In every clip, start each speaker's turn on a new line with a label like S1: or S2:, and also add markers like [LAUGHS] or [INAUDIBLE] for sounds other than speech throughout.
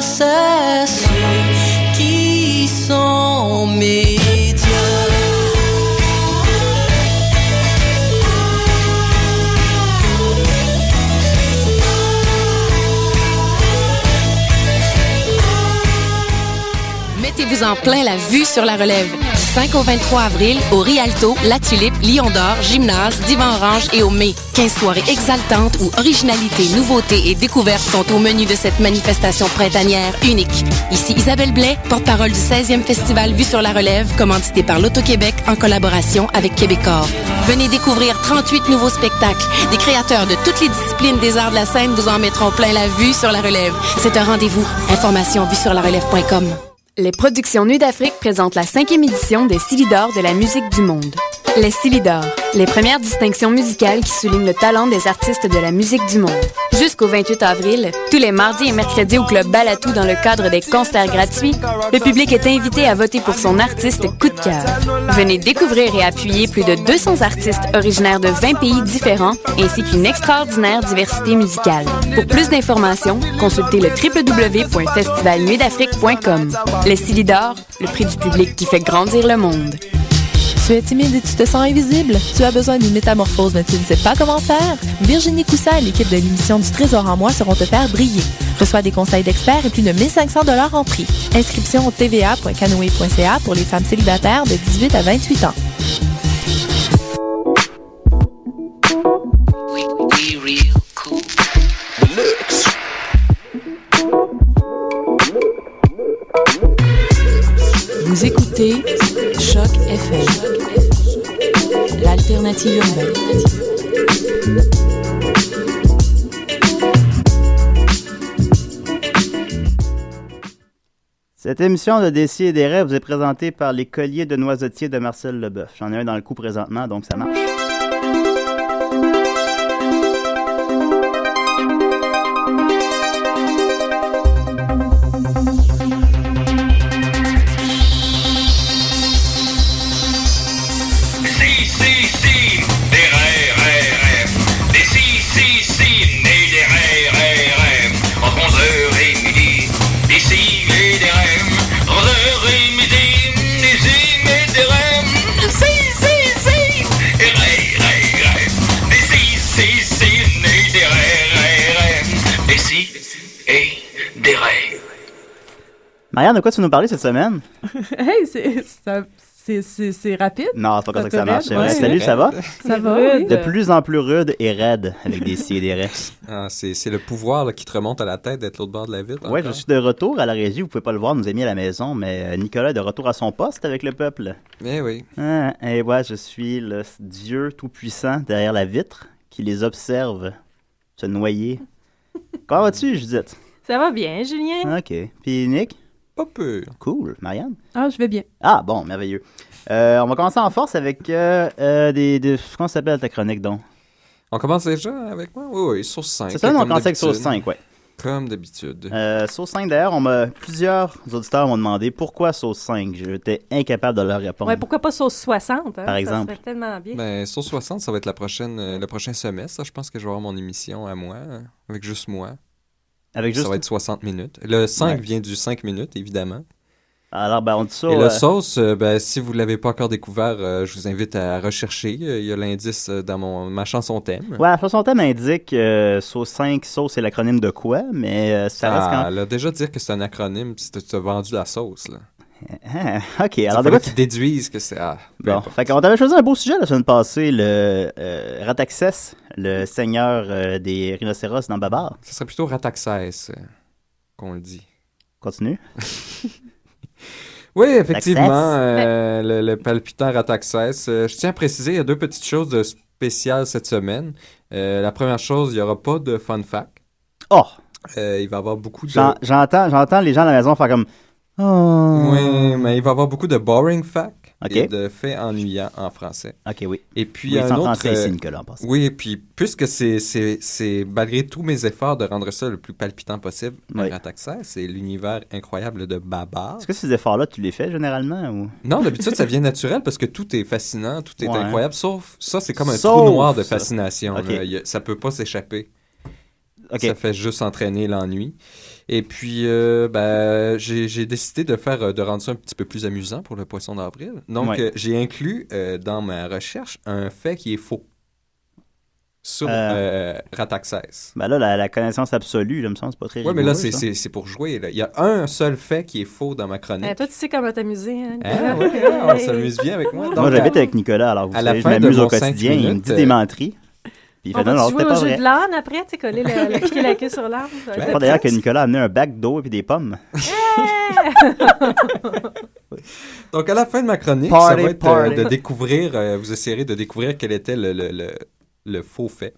S1: à ceux qui sont médias.
S2: Mettez-vous en plein la vue sur la relève. Du 5 au 23 avril, au Rialto, La Tulipe, Lion d'Or, Gymnase, Divan Orange et au Mai. 15 soirées exaltantes où originalité, nouveauté et découverte sont au menu de cette manifestation printanière unique. Ici Isabelle Blais, porte-parole du 16e Festival Vue sur la Relève, commandité par l'Auto-Québec en collaboration avec Québecor. Venez découvrir 38 nouveaux spectacles. Des créateurs de toutes les disciplines des arts de la scène vous en mettront plein la vue sur la relève. C'est un rendez-vous. Information vue sur la relève.com.
S3: Les productions Nuit d'Afrique présentent la cinquième édition des Silidor de la musique du monde. Les Silidor, les premières distinctions musicales qui soulignent le talent des artistes de la musique du monde. Jusqu'au 28 avril, tous les mardis et mercredis au Club Balatou dans le cadre des concerts gratuits, le public est invité à voter pour son artiste coup de cœur. Venez découvrir et appuyer plus de 200 artistes originaires de 20 pays différents ainsi qu'une extraordinaire diversité musicale. Pour plus d'informations, consultez le www.festivalnuitdafrique.com. Les Silidor, le prix du public qui fait grandir le monde.
S4: Tu es timide et tu te sens invisible? Tu as besoin d'une métamorphose mais tu ne sais pas comment faire? Virginie Coussa et l'équipe de l'émission du Trésor en moi seront te faire briller. Reçois des conseils d'experts et plus de 1500 dollars en prix. Inscription au tva.canoe.ca pour les femmes célibataires de 18 à 28 ans.
S5: Vous écoutez Choc FM, l'alternative urbaine.
S6: Cette émission de Décis et des rêves vous est présentée par les colliers de noisetiers de Marcel Leboeuf. J'en ai un dans le coup présentement, donc ça marche.
S7: Si, si, si, des rêves, rêves, rêves. Des si, si, si, mais des rêves, rêves, rêves. Entre 11h et midi, des si et des rêves. Entre 11h et midi, des si et des rêves. Si, si, si, des rêves, rêves, rêves. Des si, si, si, mais des rêves, rêves, rêves. Des si et des rêves.
S6: Marianne, de quoi tu veux nous parler cette semaine?
S8: hey, c'est- ça- c'est- c'est c'est rapide.
S6: Non, c'est pas comme ça que ça marche.
S8: Ouais.
S6: Ouais, Salut, ça va?
S8: Ça va. oui.
S6: De plus en plus rude et raide avec des si et des [LAUGHS] rêves.
S9: Ah, c'est c'est le pouvoir là, qui te remonte à la tête d'être l'autre bord de la ville.
S6: Ouais, je suis de retour à la régie. Vous pouvez pas le voir, nous est mis à la maison, mais euh, Nicolas est de retour à son poste avec le peuple.
S9: Eh oui.
S6: Ah, et ouais, je suis le s- Dieu tout-puissant derrière la vitre qui les observe se noyer. Comment vas-tu, Judith?
S8: Ça va bien, Julien?
S6: Ok. Puis Nick?
S9: Pas peu.
S6: Cool. Marianne?
S8: Ah, je vais bien.
S6: Ah, bon, merveilleux. Euh, on va commencer en force avec euh, euh, des, des- Comment ça s'appelle ta chronique, donc?
S9: On commence déjà avec moi? Oui, oui, sauce 5.
S6: C'est ça, on commence avec sauce 5, ouais.
S9: Comme d'habitude.
S6: Euh, sauce 5, d'ailleurs, on m'a- plusieurs auditeurs m'ont demandé pourquoi sauce 5. J'étais incapable de leur répondre.
S8: Ouais, pourquoi pas sauce 60? hein?
S6: Par exemple.
S8: Ça serait tellement bien.
S9: Ben, sauce 60, ça va être la prochaine, euh, le prochain semestre. ça. Je pense que je vais avoir mon émission à moi, euh, avec juste moi.
S6: Avec juste...
S9: Ça va être 60 minutes. Le 5
S6: Ouais.
S9: vient du 5 minutes, évidemment.
S6: Alors, ben, on dit ça.
S9: Et
S6: euh,
S9: le sauce, euh, ben, si vous ne l'avez pas encore découvert, euh, je vous invite à rechercher. Euh, Il y a l'indice euh, dans mon, ma chanson thème.
S6: Ouais, la chanson thème indique euh, sauce 5, sauce c'est l'acronyme de quoi, mais euh, ça reste
S9: Ah,
S6: quand
S9: là, déjà dire que c'est un acronyme, si tu tu as vendu la sauce. Là.
S6: [LAUGHS] Ah, ok,
S9: Alors,
S6: alors de
S9: il
S6: quoi
S9: faut
S6: tu-
S9: qu'ils déduisent que c'est... Ah, peu
S6: Bon,
S9: importe.
S6: fait qu'on avait choisi un beau sujet la semaine passée, le euh, Rataxès, le seigneur euh, des rhinocéros dans Babar.
S9: Ça serait plutôt Rataxès euh, qu'on le dit.
S6: Continue.
S9: Oui, effectivement, euh, le, le palpitant Rataxès. Euh, je tiens à préciser, il y a deux petites choses de spéciales cette semaine. Euh, la première chose, il n'y aura pas de fun fact.
S6: Oh,
S9: Euh, il va y avoir beaucoup de...
S6: j'en- j'entends j'entends les gens à la maison faire comme... Oh.
S9: Oui, mais il va y avoir beaucoup de boring facts
S6: Ok.
S9: et de faits ennuyants en français.
S6: Ok, oui.
S9: Et puis,
S6: Oui,
S9: un
S6: c'est en
S9: autre...
S6: français ici,
S9: euh,
S6: Nicolas, en passant.
S9: Oui, et puis puisque c'est, c'est, c'est malgré tous mes efforts de rendre ça le plus palpitant possible,
S6: Oui.
S9: Rataxès, c'est l'univers incroyable de Babar.
S6: Est-ce que ces efforts-là, tu les fais généralement ou...
S9: Non, d'habitude, ça vient naturel parce que tout est fascinant, tout est
S6: Ouais.
S9: incroyable, sauf ça, c'est comme un
S6: Sauf
S9: trou noir de
S6: ça.
S9: fascination.
S6: Ok.
S9: là. Il y a- Ça peut pas s'échapper.
S6: Ok,
S9: Ça fait juste entraîner l'ennui. Et puis, euh, ben, j'ai j'ai décidé de faire, euh, de rendre ça un petit peu plus amusant pour le poisson d'avril. Donc,
S6: Ouais.
S9: euh, j'ai inclus euh, dans ma recherche un fait qui est faux sur
S6: Euh.
S9: euh, Rataxès.
S6: Ben là, la, la connaissance absolue, là, me semble, c'est pas très
S9: Oui, mais là,
S6: rigoureux,
S9: c'est-
S6: ça.
S9: c'est c'est pour jouer. là. Il y a un seul fait qui est faux dans ma
S8: Eh,
S6: Ben,
S9: chronique.
S8: toi, tu sais comment t'amuser. Hein?
S6: Ah,
S9: Hein? Ouais, ouais, on s'amuse bien avec moi.
S6: Moi,
S9: Donc, euh,
S6: j'habite avec Nicolas, alors vous
S9: à la
S6: savez, je
S9: fin de
S6: m'amuse
S9: mon
S6: au
S9: cinq
S6: quotidien. il me
S9: minutes,
S6: dit
S9: euh,
S6: des menteries. Puis il fait
S8: On
S6: non,
S8: va
S6: non,
S8: jouer
S6: c'était
S8: au
S6: pas
S8: jeu
S6: vrai.
S8: de l'âne après, tu sais, coller la, la, piquer la queue sur l'arbre.
S6: [LAUGHS]
S8: Ça va
S9: Ouais.
S8: être-
S6: Je crois d'ailleurs que Nicolas a amené un bac d'eau et puis des pommes.
S9: Donc, à la fin de ma chronique,
S6: Party,
S9: ça va être
S6: party.
S9: euh, de découvrir, euh, vous essayerez de découvrir quel était le, le- le- le faux fait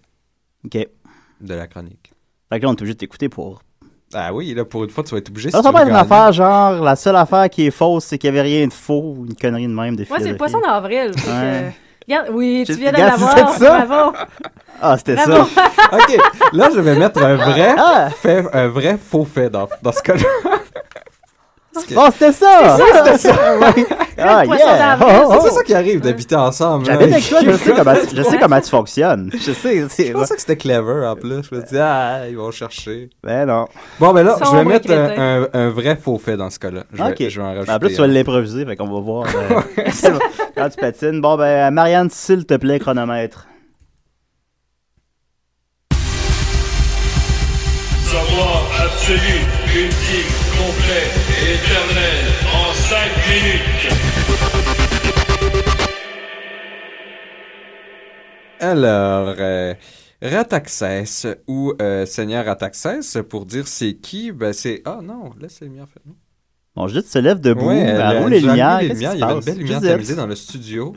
S6: OK. Fait
S9: de la chronique.
S6: que là, on est obligé de t'écouter pour.
S9: Ah oui, là, pour une fois, tu vas être obligé.
S6: Ça,
S9: si
S6: ça
S9: tu
S6: va
S9: veux
S6: être une
S9: gagner.
S6: affaire, genre, la seule affaire qui est fausse, c'est qu'il n'y avait rien de faux ou une connerie de même de
S8: Moi, c'est le poisson
S6: philosophie.
S8: d'avril. fait que-
S6: Ouais.
S8: Regarde, oui, tu
S6: Je-
S8: viens de
S6: regarde,
S8: l'avoir.
S6: c'est ça?
S8: Bravo.
S6: Ah, c'était ça.
S8: Bravo.
S9: OK, là, je vais mettre un vrai,
S6: Ah, Oh,
S9: fait, un vrai faux fait dans, dans ce cas-là.
S6: bon, Oh, c'était ça. C'était ça. Ouais. Ah,
S8: poisson
S6: yeah.
S8: d'avril,
S6: Oh, oh,
S9: [LAUGHS] C'est
S6: oh.
S9: ça qui arrive d'habiter ensemble.
S6: J'habite
S9: hein.
S6: avec toi, je sais comment, tu- je sais comment tu fonctionnes. Je sais, c'est.
S9: Je pensais que c'était clever en plus. Je me dis, ah, ils vont chercher.
S6: Ben non.
S9: Bon, ben là, je vais
S8: Sombre
S9: mettre
S8: crétin.
S9: un, un- un vrai faux fait dans ce cas-là. Je vais,
S6: Ok. Ben,
S9: je vais hein. en rajouter.
S6: En plus, tu vas l'improviser, fait qu'on va voir.
S9: [LAUGHS]
S6: euh, c'est bon. Quand tu patines. Bon, ben, Marianne, s'il te plaît, chronomètre.
S7: Savoir absolu, ultime, complet et éternel en 5 minutes.
S9: Alors, euh, Rataxès ou euh, Seigneur Rataxès, pour dire c'est qui, ben c'est... Ah non, là c'est lumière. fait- non.
S6: Bon, Judith se lève debout,
S9: Ouais,
S6: elle,
S9: elle-
S6: ben, roule les
S9: elle nous a
S6: lumières.
S9: allumé les
S6: Qu'est-ce qui se
S9: lumières. Il y avait une
S6: passe?
S9: belle lumière
S6: Judith.
S9: tamisée dans le studio.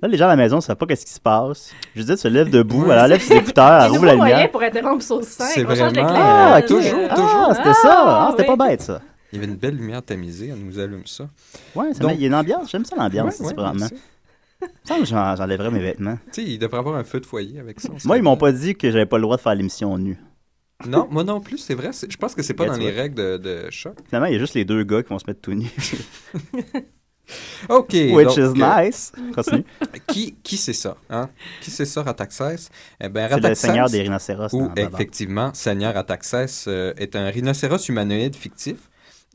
S6: Là, les gens à la maison ne savent pas qu'est-ce qui se passe. Judith se lève debout, elle enlève ses
S10: [LAUGHS]
S6: écouteurs, elle
S8: nouveau
S6: roule Ah, la
S8: moyen
S6: lumière.
S8: pour interrompre sur 5.
S9: C'est
S8: on change Euh,
S9: vraiment-
S8: l'éclairage.
S6: Ah, ok.
S9: Toujours,
S6: ah,
S9: toujours.
S6: c'était ça. Ah,
S8: Ah,
S6: c'était
S8: oui.
S6: pas bête, ça.
S9: Il y avait une belle lumière tamisée, elle nous allume ça.
S6: Ouais, ça
S9: Donc-
S6: met- il y a une ambiance. J'aime ça, l'ambiance, c'est
S9: Ouais, ouais,
S6: vraiment.
S9: merci.
S6: Il me semble que j'en- j'enlèverais mes vêtements.
S9: Tu sais, il devrait avoir un feu de foyer avec ça. on
S6: Moi,
S9: serait
S6: ils m'ont
S9: bien.
S6: pas dit que j'avais pas le droit de faire l'émission nue.
S9: Non, moi non plus, c'est vrai. c'est- Je pense que c'est pas
S6: Ouais,
S9: dans
S6: tu
S9: les
S6: vois.
S9: règles de, de choc.
S6: Finalement, il y a juste les deux gars qui vont se mettre tout nus. [LAUGHS]
S9: OK.
S6: Which
S9: donc,
S6: is
S9: euh,
S6: nice.
S9: [LAUGHS]
S6: Continue.
S9: Qui, qui c'est ça? Hein? Qui c'est ça, Rataxès? Eh ben,
S6: C'est le
S9: Rataxès,
S6: seigneur des rhinocéros.
S9: Ou
S6: dans- dans- dans-
S9: effectivement, Seigneur Ataxès euh, est un rhinocéros humanoïde fictif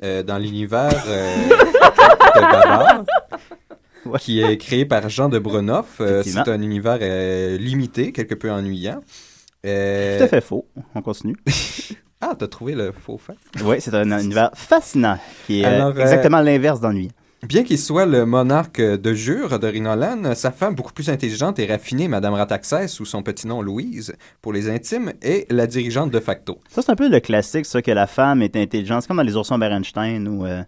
S9: euh, dans l'univers euh, [LAUGHS] de Babar,
S6: Ouais.
S9: qui est créé par Jean de Brunoff. Euh,
S6: Effectivement.
S9: C'est un univers euh, limité, quelque peu ennuyant. Euh,
S6: Tout à fait faux. On continue.
S9: [LAUGHS] Ah, t'as trouvé le faux fait.
S6: Oui, c'est un univers fascinant qui est euh,
S9: Alors, euh,
S6: exactement l'inverse d'ennui.
S9: Bien qu'il soit le monarque de Jure de Rhinolan, euh, sa femme beaucoup plus intelligente et raffinée, Madame Rataxès, sous son petit nom Louise, pour les intimes, est la dirigeante de facto.
S6: Ça, c'est un peu le classique, ça, que la femme est intelligente. C'est comme dans les oursons Berenstein où. euh,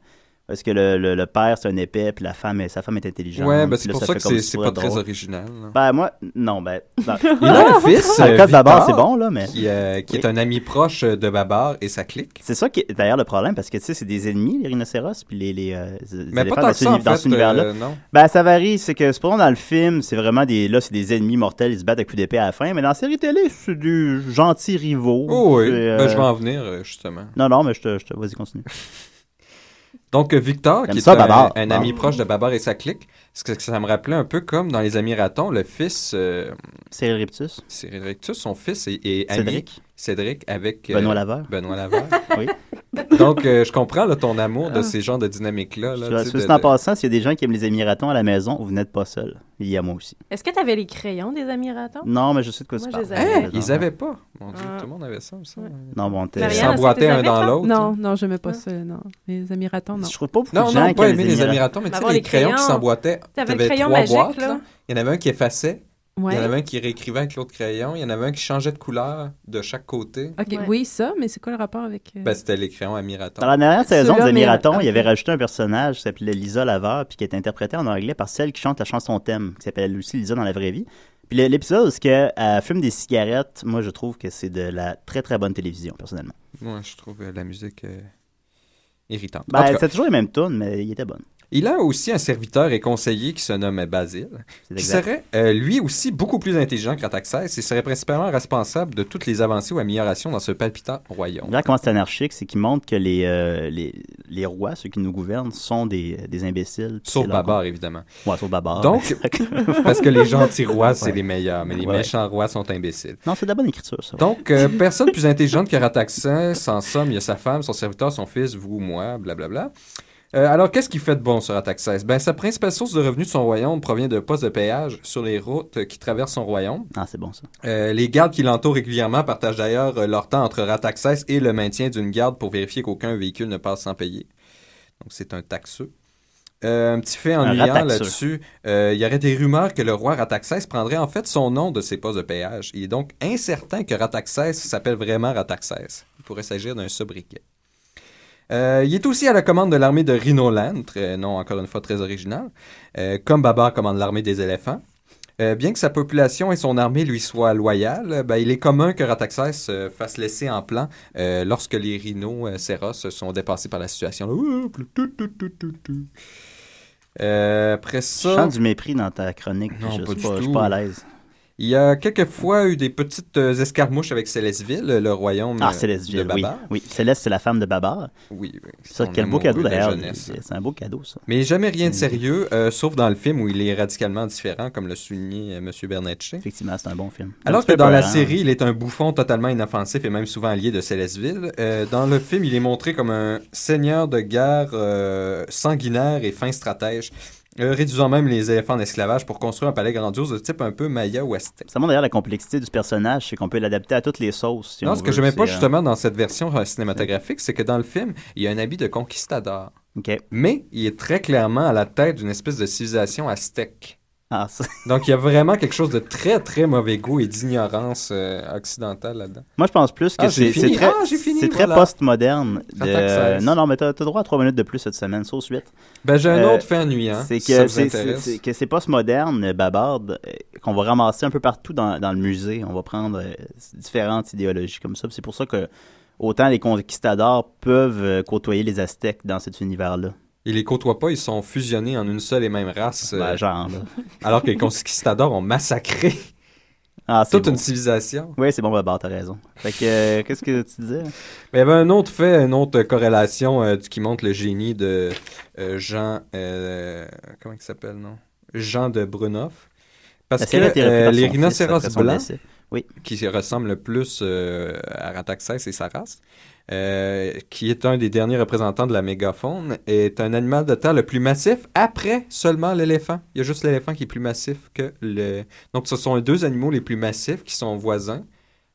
S6: parce que le, le- le père, c'est un épais, puis la femme, est- sa femme est intelligente.
S9: ouais, ben
S6: puis
S9: c'est
S6: là,
S9: pour ça,
S6: fait
S9: que
S6: comme
S9: c'est
S6: si
S9: c'est
S6: c'était
S9: pas très
S6: drôle.
S9: original. là.
S6: Ben, moi, non, ben. Dans,
S9: [LAUGHS] Il a un fils.
S6: dans le
S9: euh,
S6: cas de Babar,
S9: Victor,
S6: c'est bon, là, mais.
S9: Qui, euh, qui est
S6: Oui.
S9: un ami proche euh, de Babar et sa clique.
S6: C'est ça qui est d'ailleurs le problème, parce que, tu sais, c'est des ennemis, les rhinocéros, puis les. les, euh, les
S9: Mais
S6: éléphants
S9: pas tant
S6: dans
S9: que
S6: ce
S9: ça, en
S6: uni- dans
S9: fait.
S6: cet univers-là.
S9: euh, non.
S6: Ben, ça varie. C'est que, cependant, dans le film, c'est vraiment des. Là, c'est des ennemis mortels, ils se battent à coups d'épée à la fin, mais dans la série télé, c'est des gentils rivaux.
S9: Oh oui,
S6: C'est, euh,
S9: ben, je vais en venir, euh, justement.
S6: Non, non, mais je te. je te- Vas-y,
S9: [LAUGHS]
S6: continue.
S9: Donc, euh, Victor,
S6: J'aime
S9: qui est
S6: ça, Ah.
S9: un,
S6: Babar.
S9: un
S6: Bon.
S9: ami proche de Babar et sa clique, ce que ça me rappelait un peu comme dans Les Amis Ratons, le fils, euh,
S6: Cyril Riptus,
S9: Cyril Rectus, son fils est, est ami-
S6: Cédric,
S9: Cédric avec euh,
S6: Benoît Laveur.
S9: Benoît Laveur.
S6: [LAUGHS] Oui. Ah.
S9: Donc, euh, je comprends là, ton amour de ces genres de dynamiques-là. là, tu sais,
S6: Soit- soit
S9: de-
S6: dit en
S9: de-
S6: passant, s'il y a des gens qui aiment les Émiratons à la maison, vous n'êtes pas seul. Il y a moi aussi.
S8: Est-ce que t'avais les crayons des amis ratons?
S6: Non, mais je sais de quoi
S8: Moi,
S6: tu
S8: je
S6: parles.
S8: les avais.
S9: Hein,
S8: Hey,
S9: ils avaient pas. Mon Dieu,
S8: Ah.
S9: tout le monde avait ça, il me semble.
S6: Non, bon, t'es-
S9: Ils
S8: Marianne, est-ce que
S9: s'emboîtaient
S8: t'es
S9: un
S8: avec,
S9: dans
S8: toi?
S9: l'autre.
S10: Non, non, je n'aimais pas ça, non. Les amis ratons, non.
S6: Je trouve pas beaucoup
S9: Non,
S6: de gens
S9: non,
S6: qui
S9: pas
S6: aiment
S9: aimé les
S6: Émiratons.
S9: Amiratons, mais tu
S8: Mais
S9: sais,
S8: Bah, avoir
S9: les
S8: les
S9: crayons qui
S8: crayons.
S9: s'emboîtaient.
S8: T'avais le
S9: T'avais
S8: crayon
S9: trois
S8: magique,
S9: boîtes,
S8: là.
S9: là. Il y en avait un qui effaçait, il
S10: Ouais.
S9: y en avait un qui réécrivait avec l'autre crayon, il y en avait un qui changeait de couleur de chaque côté.
S10: Ok,
S8: Ouais.
S10: oui, ça, mais c'est quoi le rapport avec. euh,
S9: Ben, c'était les crayons Amiratons.
S6: Dans la dernière saison des
S10: Ceux-là, mais-
S6: Émiratons, il
S10: ok.
S6: avait rajouté un personnage qui s'appelait Lisa Laveur, puis qui est interprété en anglais par celle qui chante la chanson thème, qui s'appelle Lucy Lisa dans la vraie vie. Puis le- l'épisode où elle fume des cigarettes, moi je trouve que c'est de la très très bonne télévision, personnellement.
S9: Moi, je trouve euh, la musique euh, irritante. En
S6: Ben,
S9: tout cas,
S6: c'est toujours les mêmes tunes, mais il était bonne.
S9: Il a aussi un serviteur et conseiller qui se nomme Basile, qui
S6: exact.
S9: serait euh, lui aussi beaucoup plus intelligent qu'Ataxès et serait principalement responsable de toutes les avancées ou améliorations dans ce palpitant royaume.
S6: Regarde comment c'est anarchique, c'est qu'il montre que les, euh, les, les rois, ceux qui nous gouvernent, sont des, des imbéciles.
S9: Sauf Babar,
S6: évidemment. Ouais, sauf Babar.
S9: Donc, parce que les gentils rois, c'est les meilleurs, mais les
S6: Ouais.
S9: méchants rois sont imbéciles.
S6: [LAUGHS] Non, c'est de la bonne écriture, ça.
S9: Donc, euh, personne plus intelligente que Rataxès, en somme, il y a sa femme, son serviteur, son fils, vous, moi, blablabla. Euh, alors, qu'est-ce qu'il fait de bon sur Rataxès? Ben, sa principale source de revenus de son royaume provient de postes de péage sur les routes qui traversent son royaume.
S6: Ah, c'est bon, ça.
S9: Euh, les gardes qui l'entourent régulièrement partagent d'ailleurs euh, leur temps entre Rataxès et le maintien d'une garde pour vérifier qu'aucun véhicule ne passe sans payer. Donc, c'est un taxeux. Euh, un petit fait
S6: Un
S9: ennuyant
S6: rataxeux.
S9: là-dessus, euh, il y aurait des rumeurs que le roi Rataxès prendrait en fait son nom de ses postes de péage. Il est donc incertain que Rataxès s'appelle vraiment Rataxès. Il pourrait s'agir d'un sobriquet. Euh, il est aussi à la commande de l'armée de Rhinoland, très- non encore une fois très original, euh, comme Babar commande l'armée des éléphants. Euh, bien que sa population et son armée lui soient loyales, euh, ben, il est commun que Rataxès se fasse laisser en plan euh, lorsque les rhinos euh, séros sont dépassés par la situation. Là, ouh, plus tout, tout, tout, tout, tout. Euh, après ça...
S6: Je sens du mépris dans ta chronique.
S9: Non,
S6: je,
S9: pas
S6: suis
S9: du
S6: pas, je suis
S9: tout.
S6: pas à l'aise.
S9: Il y a quelquefois eu des petites euh, escarmouches avec Célestville, le royaume
S6: Ah,
S9: euh,
S6: Céleste,
S9: de
S6: oui.
S9: Babar.
S6: oui. Céleste, c'est la femme de Babar.
S9: Oui, oui.
S6: Ça,
S9: Son
S6: quel beau
S9: amoureux
S6: cadeau
S9: de la
S6: d'ailleurs.
S9: jeunesse.
S6: C'est un beau cadeau, ça.
S9: Mais jamais rien de sérieux, euh, sauf dans le film où il est radicalement différent, comme le soulignait euh, M. Bernatchez.
S6: Effectivement, c'est un bon film. Un
S9: Alors
S6: petit
S9: que
S6: peu
S9: dans la
S6: peurant.
S9: série, il est un bouffon totalement inoffensif et même souvent allié de Célestville. Euh, dans le film, il est montré comme un seigneur de guerre euh, sanguinaire et fin stratège, euh, réduisant même les éléphants en esclavage pour construire un palais grandiose de type un peu Maya ou Aztèque.
S6: Ça montre d'ailleurs la complexité du personnage, c'est qu'on peut l'adapter à toutes les sauces. si
S9: non,
S6: on
S9: ce que
S6: veut,
S9: j'aimais pas
S6: c'est, euh,
S9: justement dans cette version euh, cinématographique, c'est que dans le film, il y a un habit de conquistador.
S6: euh,
S9: Mais il est très clairement à la tête d'une espèce de civilisation aztèque.
S6: Ah,
S9: Donc il y a vraiment quelque chose de très très mauvais goût et d'ignorance euh, occidentale là-dedans.
S6: [LAUGHS] Moi, je pense plus que
S9: Ah, j'ai
S6: c'est
S9: fini.
S6: c'est très,
S9: Ah, j'ai fini,
S6: c'est très
S9: voilà.
S6: post-moderne. de-
S9: Rataxès.
S6: Non, non, mais t'as t'as droit à trois minutes de plus cette semaine, sauf suite.
S9: Ben, j'ai un autre fait ennuyant,
S6: Euh, C'est
S9: hein, si
S6: que
S9: ça vous
S6: c'est-
S9: intéresse.
S6: c'est- c'est que c'est post-moderne, euh, babarde, euh, qu'on va ramasser un peu partout dans, dans le musée. On va prendre euh, différentes idéologies comme ça. Puis C'est pour ça que autant les conquistadors peuvent euh, côtoyer les Aztèques dans cet univers-là.
S9: Ils les côtoient pas, ils sont fusionnés en une seule et même race. euh,
S6: Ben, genre, là.
S9: Alors que les conquistadors
S6: [LAUGHS]
S9: ont massacré toute une civilisation.
S6: Ah, Oui, c'est bon, Babar, t'as raison. Fait que, euh, qu'est-ce que tu disais?
S9: Mais il y avait un autre fait, une autre corrélation euh, qui montre le génie de euh, Jean. euh, comment il s'appelle, non Jean de Brunoff. Parce
S6: La
S9: que
S6: série a été reprise
S9: euh,
S6: par
S9: les
S6: son fils
S9: rhinocéros
S6: après son
S9: blancs,
S6: décès. oui.
S9: qui ressemblent le plus euh, à Rataxès et sa race, euh, qui est un des derniers représentants de la mégafaune, est un animal de terre le plus massif après seulement l'éléphant. Il y a juste l'éléphant qui est plus massif que le. Donc, ce sont les deux animaux les plus massifs qui sont voisins.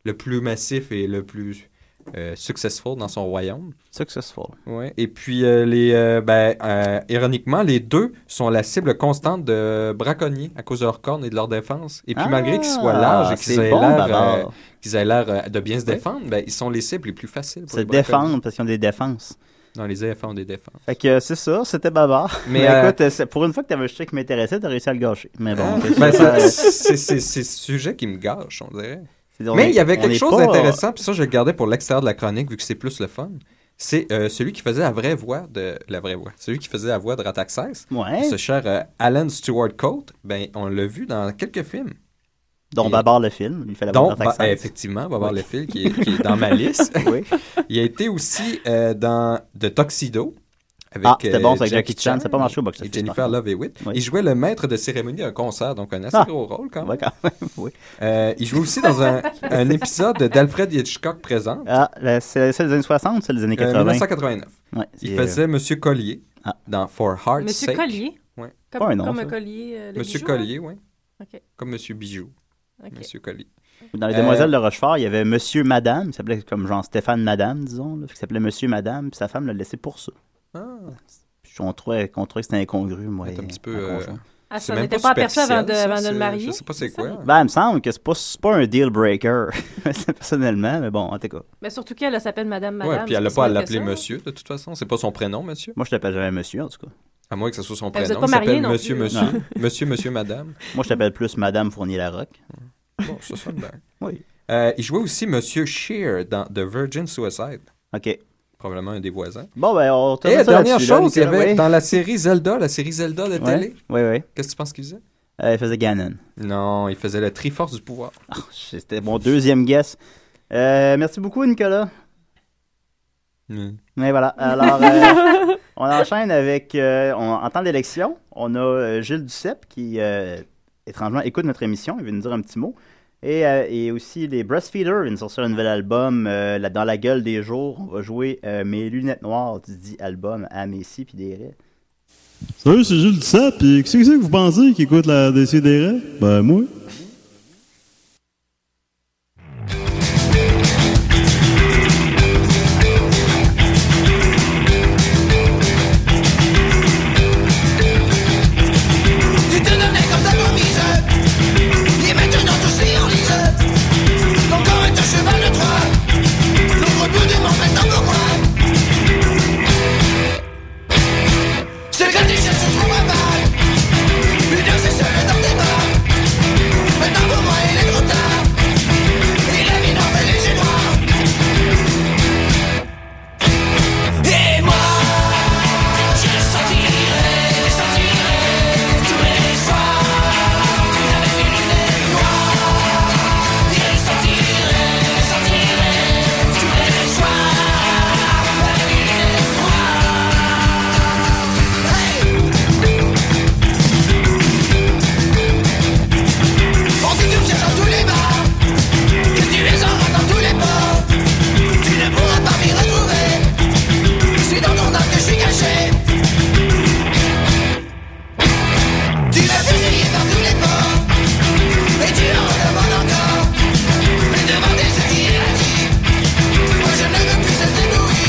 S9: Le plus massif et le plus euh, successful dans son royaume.
S6: Successful.
S9: Ouais. Et puis, euh, les, euh, ben, euh, ironiquement, les deux sont la cible constante de braconniers à cause de leur cornes et de leur défense. Et puis,
S6: Ah,
S9: malgré qu'ils soient larges et qu'ils
S6: c'est
S9: aient
S6: bon,
S9: l'air,
S6: Bavard.
S9: euh, qu'ils aient l'air, euh, de bien se défendre, ben, ils sont les cibles les plus faciles pour
S6: Se
S9: les braconniers.
S6: défendre parce qu'ils ont des défenses.
S9: Non, les éléphants ont des défenses.
S6: Fait que euh, c'est ça, c'était
S9: [LAUGHS]
S6: Babar.
S9: Mais,
S6: Mais,
S9: euh,
S6: écoute, euh, c'est- pour une fois que t'avais un sujet qui m'intéressait, t'as réussi à le gâcher. Mais bon, euh,
S9: Ah,
S6: qu'est-ce
S9: ben,
S6: que-
S9: ça- c'est c'est- c'est ce sujet qui me gâche, on dirait.
S6: on
S9: Mais
S6: est-
S9: il y avait
S6: on
S9: quelque
S6: est
S9: chose
S6: pas-
S9: d'intéressant, puis ça, je le gardais pour l'extérieur de la chronique, vu que c'est plus le fun. C'est euh, celui qui faisait la vraie voix de la vraie voix. Celui qui faisait la voix de Rataxès.
S6: Ouais.
S9: Ce cher euh, Alan Stewart Coate, ben on l'a vu dans quelques films.
S6: Dont
S9: Et-
S6: Babar le film, il fait la voix
S9: dont
S6: de Rataxès.
S9: Ba- effectivement, Babar
S6: Oui.
S9: le film qui est, qui est dans ma
S6: [LAUGHS]
S9: liste.
S6: Oui.
S9: Il a été aussi euh, dans The Tuxedo. Avec, euh,
S6: Ah, c'était bon, ça, avec
S9: Jackie
S6: Jackie Chan. Ça a pas marché au box-office,
S9: Et Jennifer
S6: par
S9: Love Hewitt. Il jouait le maître de cérémonie d'un concert, donc un assez
S6: Ah.
S9: gros rôle quand même.
S6: Ouais, quand même, oui.
S9: Euh, il joue aussi
S6: [LAUGHS]
S9: dans un, un épisode d'Alfred Hitchcock présent. euh,
S6: Ah, la- c'est c'est les années 60 c'est les années 80?
S9: 1989.
S6: Ouais,
S9: il
S6: c'est-
S9: faisait Monsieur Collier
S6: Ah.
S9: dans For Heart's
S10: Monsieur
S9: Sake.
S10: Collier?
S9: Ouais.
S10: Comme- Pas un nom, comme un ça. collier, euh, le
S9: Monsieur
S10: bijou,
S9: Collier, oui.
S10: OK.
S9: Comme Monsieur Bijou.
S10: OK.
S9: Monsieur Collier.
S6: Dans Les
S9: Euh,
S6: Demoiselles de Rochefort, il y avait Monsieur Madame, il s'appelait comme genre Stéphane Madame, disons, là, qui s'appelait Monsieur Madame, puis sa femme l'a laissé pour ça. Ah, Puis on trouvait, qu'on trouvait que c'était incongru, moi. et
S9: Ah, un petit peu.
S6: mon
S9: euh,
S6: conjoint.
S10: Ah,
S9: c'est
S10: ça, on
S9: même
S10: n'était pas aperçu avant de-
S9: superficiel,
S10: avant de
S9: ça,
S10: le marier?
S9: Je sais pas c'est quoi.
S6: Ben, il me semble que c'est pas, c'est pas un deal breaker, [LAUGHS] personnellement, mais bon, en tout cas.
S10: Mais surtout qu'elle elle s'appelle Madame
S6: Bah,
S10: Madame.
S9: Ouais, puis elle
S10: c'est
S9: n'a pas à
S10: ça
S9: l'appeler
S10: que ça.
S9: monsieur, de toute façon. C'est pas son prénom, monsieur.
S6: Moi, je t'appelle jamais monsieur, en tout cas.
S9: À moins que ce soit son
S10: Ben, vous
S9: prénom.
S10: êtes pas
S9: il
S10: mariés
S9: s'appelle
S10: non
S9: monsieur,
S10: plus,
S9: monsieur,
S10: hein.
S9: [LAUGHS] monsieur, monsieur, madame.
S6: Moi, je t'appelle plus Madame Fournier-Larocque.
S9: Bon, ça ben. sonne bien.
S6: Oui.
S9: Euh, il jouait aussi monsieur Shear dans The Virgin Suicide.
S6: OK.
S9: probablement un des voisins.
S6: Bon, ben, on
S9: Et
S6: termine ça
S9: Eh, dernière
S6: là-dessus, là,
S9: chose, il y
S6: Nicolas,
S9: avait
S6: oui.
S9: dans la série Zelda, la série Zelda de
S6: Ouais.
S9: télé.
S6: Oui, oui.
S9: Qu'est-ce que tu penses qu'il faisait
S6: Euh, il faisait Ganon.
S9: Non, il faisait la Triforce du pouvoir.
S6: C'était mon deuxième guess. Euh, merci beaucoup, Nicolas. Mais voilà. Alors, euh, on enchaîne avec. euh, on, en temps d'élection, on a euh, Gilles Duceppe qui, euh, étrangement, écoute notre émission. Il veut nous dire un petit mot. Et, euh, et aussi les Breastfeeders viennent sortir un nouvel album euh, là, dans la gueule des jours. On va jouer euh, Mes lunettes noires du dit album à Messi puis des raies.
S11: Salut, c'est Gilles Duceppe, puis qu'est-ce que c'est que vous pensez qui écoute la DCDR? Ben, moi.
S12: Tu te donnais comme ta promise Et maintenant tout s'éorlise Ton corps est un cheval de Troie L'autre bout des monts maintenant pour moi C'est que tes chefs se trouvent à mal Une de ces seules dans tes bras Maintenant pour moi il est trop tard Il est vide en fait les yeux noirs Et moi Je sortirai, sortirai tous les soirs Avec mes lunettes noires Je sortirai, sortirai tous les soirs Avec mes lunettes noires On dit que tu es dans tous les bars Que tu es en rang dans tous les ports Tu ne pourras pas m'y retrouver c'est dans ton âme que je suis caché Tu m'as fusillé par tous les ports Et tu en redemandes encore Mais demander ce qui est la vie Moi je ne veux plus être ébloui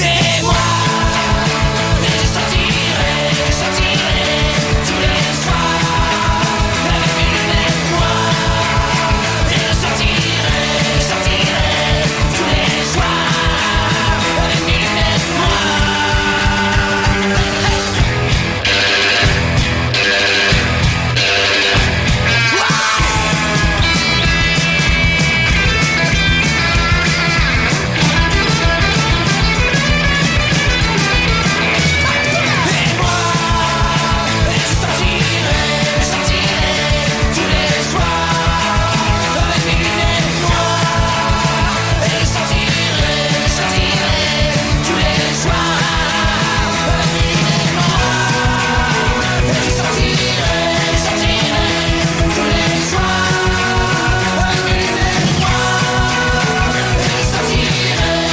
S12: Et moi Je sortirai, je sortirai Tous les soirs Avec mes lunettes noires Et je sortirai, je sortirai tous les soirs avec mes lunettes noires. Et moi, je sortirai, je sortirai tous les soirs avec mes lunettes noires. Et je sortirai, je sortirai tous les soirs avec mes lunettes noires. Et je sortirai, je sortirai tous les soirs avec mes lunettes noires. Et je sortirai, je sortirai tous les soirs avec mes lunettes noires.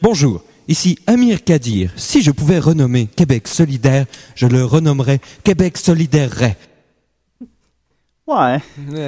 S13: Bonjour, ici Amir Kadir. Si je pouvais renommer Québec solidaire, je le renommerais Québec solidairerait.
S6: Ouais. [LAUGHS]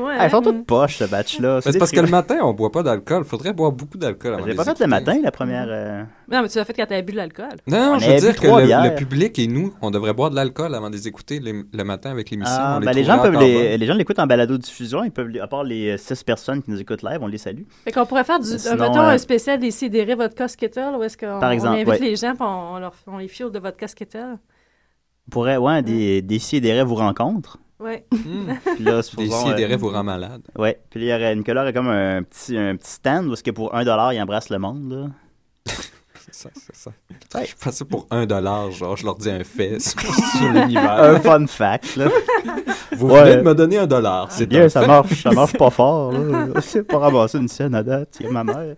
S14: Ouais.
S6: Ah, ils sont toutes poches, ce batch-là.
S9: Ben, C'est parce que le
S6: déprimant.
S9: matin, on boit pas d'alcool. Faudrait boire beaucoup d'alcool avant
S6: Je l'ai
S9: de
S6: pas
S9: les
S6: fait le
S9: écouter.
S6: matin, la première. euh,
S14: Non, mais tu l'as fait quand t'avais bu de l'alcool.
S9: Non,
S6: On
S9: je
S6: avait
S9: veux
S6: bu
S9: dire que
S6: trois
S9: le,
S6: bières.
S9: le public et nous, on devrait boire de l'alcool avant de les écouter le, le matin avec l'émission.
S6: Ah,
S9: On les
S6: ben, les,
S9: trouvera
S6: gens peuvent
S9: encore
S6: les,
S9: bonnes.
S6: les gens l'écoutent en balado-diffusion. Ils peuvent, les- à part les euh, six personnes qui nous écoutent live, on les salue.
S14: Fait qu'on pourrait faire du,
S6: Sinon,
S14: mettons,
S6: euh,
S14: un spécial des sidérés vodka skittle où est-ce qu'on
S6: Par
S14: on
S6: exemple,
S14: invite
S6: ouais.
S14: les gens puis on, on leur, on les file de vodka skittle.
S6: On pourrait, ouais, des, des si et des rêves vous
S9: [LAUGHS]
S6: rencontrent.
S14: Ouais.
S6: [LAUGHS] Puis là,
S9: Des
S6: supposons,
S9: si et des
S6: euh,
S9: rêves Hmm. vous rend malade.
S6: Ouais. Puis il y aurait, Nicolas aurait comme un petit, un petit stand où est-ce que pour 1$, il embrasse le monde, là.
S9: C'est ça, c'est ça. Je pensais pour un dollar, genre, je leur dis un
S6: [LAUGHS]
S9: fait [LAUGHS] sur sur l'univers.
S6: Un [LAUGHS] fun fact, là.
S9: Vous
S6: Euh, Ouais.
S9: venez de me donner un dollar. C'est
S6: C'est bien,
S9: un
S6: ça
S9: fait.
S6: marche, ça
S10: [LAUGHS]
S6: marche pas fort. Là. C'est pas ramasser une scène à date, il y a ma mère.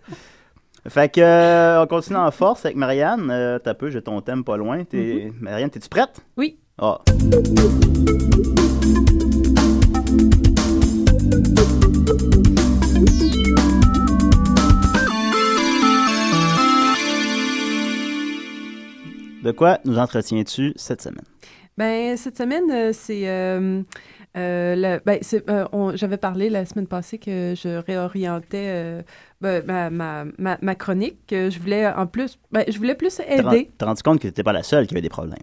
S6: Fait que, euh, on continue en force avec Marianne. Euh, T'as peu, j'ai ton thème pas loin. T'es-
S10: Mm-hmm.
S6: Marianne, t'es-tu prête?
S14: Oui.
S6: Ah. De quoi nous entretiens-tu cette semaine?
S10: Ben, cette semaine, euh, c'est. euh, euh, la- ben, c'est, euh, on- J'avais parlé la semaine passée que je réorientais euh, ben, ma, ma, ma, ma chronique. que Je voulais en plus. ben, je voulais plus
S6: T'as ren-
S10: aider.
S6: T'as rendu compte que t'étais pas la seule qui avait des problèmes.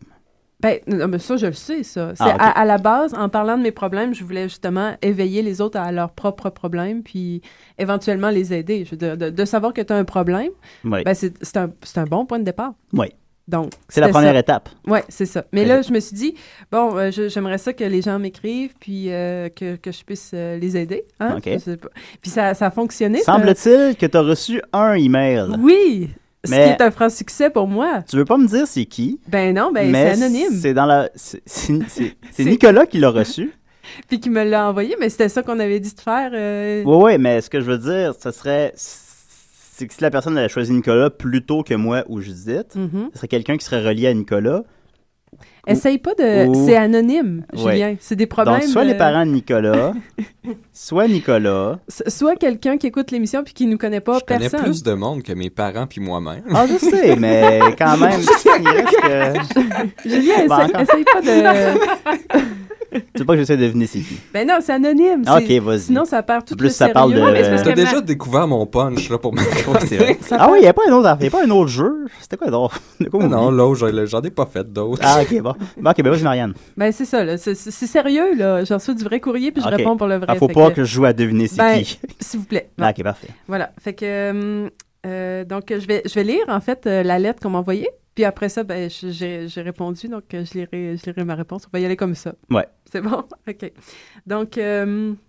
S10: Ben, non, mais ça, je le sais, ça. C'est
S6: Ah, ok.
S10: à, à la base, en parlant de mes problèmes, je voulais justement éveiller les autres à leurs propres problèmes, puis éventuellement les aider. Je veux dire, de, de savoir que tu as un problème,
S6: Oui.
S10: ben, c'est c'est un, c'est un bon point de départ.
S6: Oui.
S10: Donc,
S6: C'est la
S10: c'était
S6: première
S10: ça.
S6: étape.
S10: Oui, c'est ça. Mais là, je me suis dit, bon, euh, je- j'aimerais ça que les gens m'écrivent, puis euh, que, que je puisse euh, les aider. hein.
S6: Ok.
S10: Je sais pas. Puis ça, ça a
S6: Euh,
S10: fonctionné. ça.
S6: Semble-t-il que tu as reçu un email.
S10: Oui, ce
S6: Mais-
S10: qui est un franc succès pour moi.
S6: Tu veux pas me dire c'est qui?
S10: Ben non, ben
S6: mais
S10: c'est anonyme.
S6: C'est dans la. C'est [LAUGHS] c'est- c'est- c'est Nicolas qui [LAUGHS] l'a reçu.
S10: Puis qui me l'a envoyé, mais c'était ça qu'on avait dit de faire. euh,
S6: Oui, oui, mais ce que je veux dire, ce serait. C'est que si la personne avait choisi Nicolas plutôt que moi ou Judith,
S10: Mhm.
S6: ce serait quelqu'un qui serait relié à Nicolas.
S10: Essaye pas de.
S6: Ou-
S10: C'est anonyme,
S6: Ouais.
S10: Julien. C'est des problèmes.
S6: Donc, soit les
S10: euh,
S6: parents de [LAUGHS] Nicolas, soit Nicolas.
S10: s- Soit quelqu'un qui écoute l'émission puis qui nous connaît pas,
S9: Je connais
S10: personne.
S9: plus de monde que mes parents puis moi-même.
S6: Ah, [LAUGHS] je sais, mais quand même, il reste que-
S10: Julien,
S6: Bon,
S10: essaye,
S6: encore.
S10: essaye
S6: [LAUGHS]
S10: pas de.
S6: Tu veux pas que j'essaie de deviner c'est qui?
S10: ben non, c'est anonyme.
S6: Ah,
S10: c'est-
S6: ok, vas-y.
S10: Sinon, ça perd tout
S6: En plus,
S10: le
S6: ça
S10: sérieux.
S6: parle de-
S10: Ouais, mais c'est parce
S9: T'as
S10: que ma-
S9: déjà découvert mon punch là, pour ma chronique.
S6: Ah oui, il n'y a pas un autre, il y a pas un autre jeu. C'était quoi donc? [LAUGHS] De quoi on
S9: [LAUGHS] Non,
S6: oublie?
S9: l'autre, j'en- j'en ai pas fait d'autres.
S6: Ah, ok, bon. Bon, ok, ben vas-y, Marianne.
S10: Ben, c'est ça, là. C'est c'est- c'est sérieux, là. J'en reçois du vrai courrier puis je
S6: Ok.
S10: réponds pour le vrai.
S6: Ah, faut
S10: Fait
S6: pas que... je joue à deviner c'est
S10: Ben,
S6: qui.
S10: S'il vous plaît.
S6: Ah, ok, parfait.
S10: Voilà. Fait que. euh, euh, donc, je vais, je vais lire, en fait, euh, la lettre qu'on m'a envoyée. Puis après ça, ben, je- j'ai j'ai répondu. Donc, euh, je lirai, je lirai ma réponse. On va y aller comme ça.
S6: Ouais.
S10: C'est bon? [LAUGHS] OK. Donc. euh, [LAUGHS]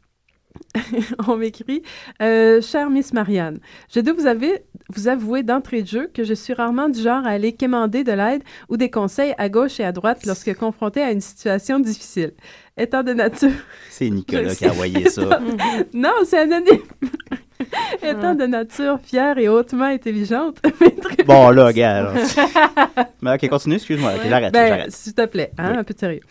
S10: on m'écrit euh, Chère Miss Marianne, je dois vous, avez- vous avouer d'entrée de jeu que je suis rarement du genre à aller quémander de l'aide ou des conseils à gauche et à droite lorsque confrontée à une situation difficile. Étant de nature
S6: C'est Nicolas
S10: Je
S6: qui a
S10: sais.
S6: envoyé ça.
S10: non, c'est anonyme. [LAUGHS] Étant de nature fière et hautement intelligente, [LAUGHS] maîtrise-
S6: Bon, là, gars. là. [LAUGHS] Ben, ok, continue, excuse-moi. Ok, j'arrête,
S10: ben,
S6: j'arrête.
S10: s'il te plaît, hein, un peu de sérieux.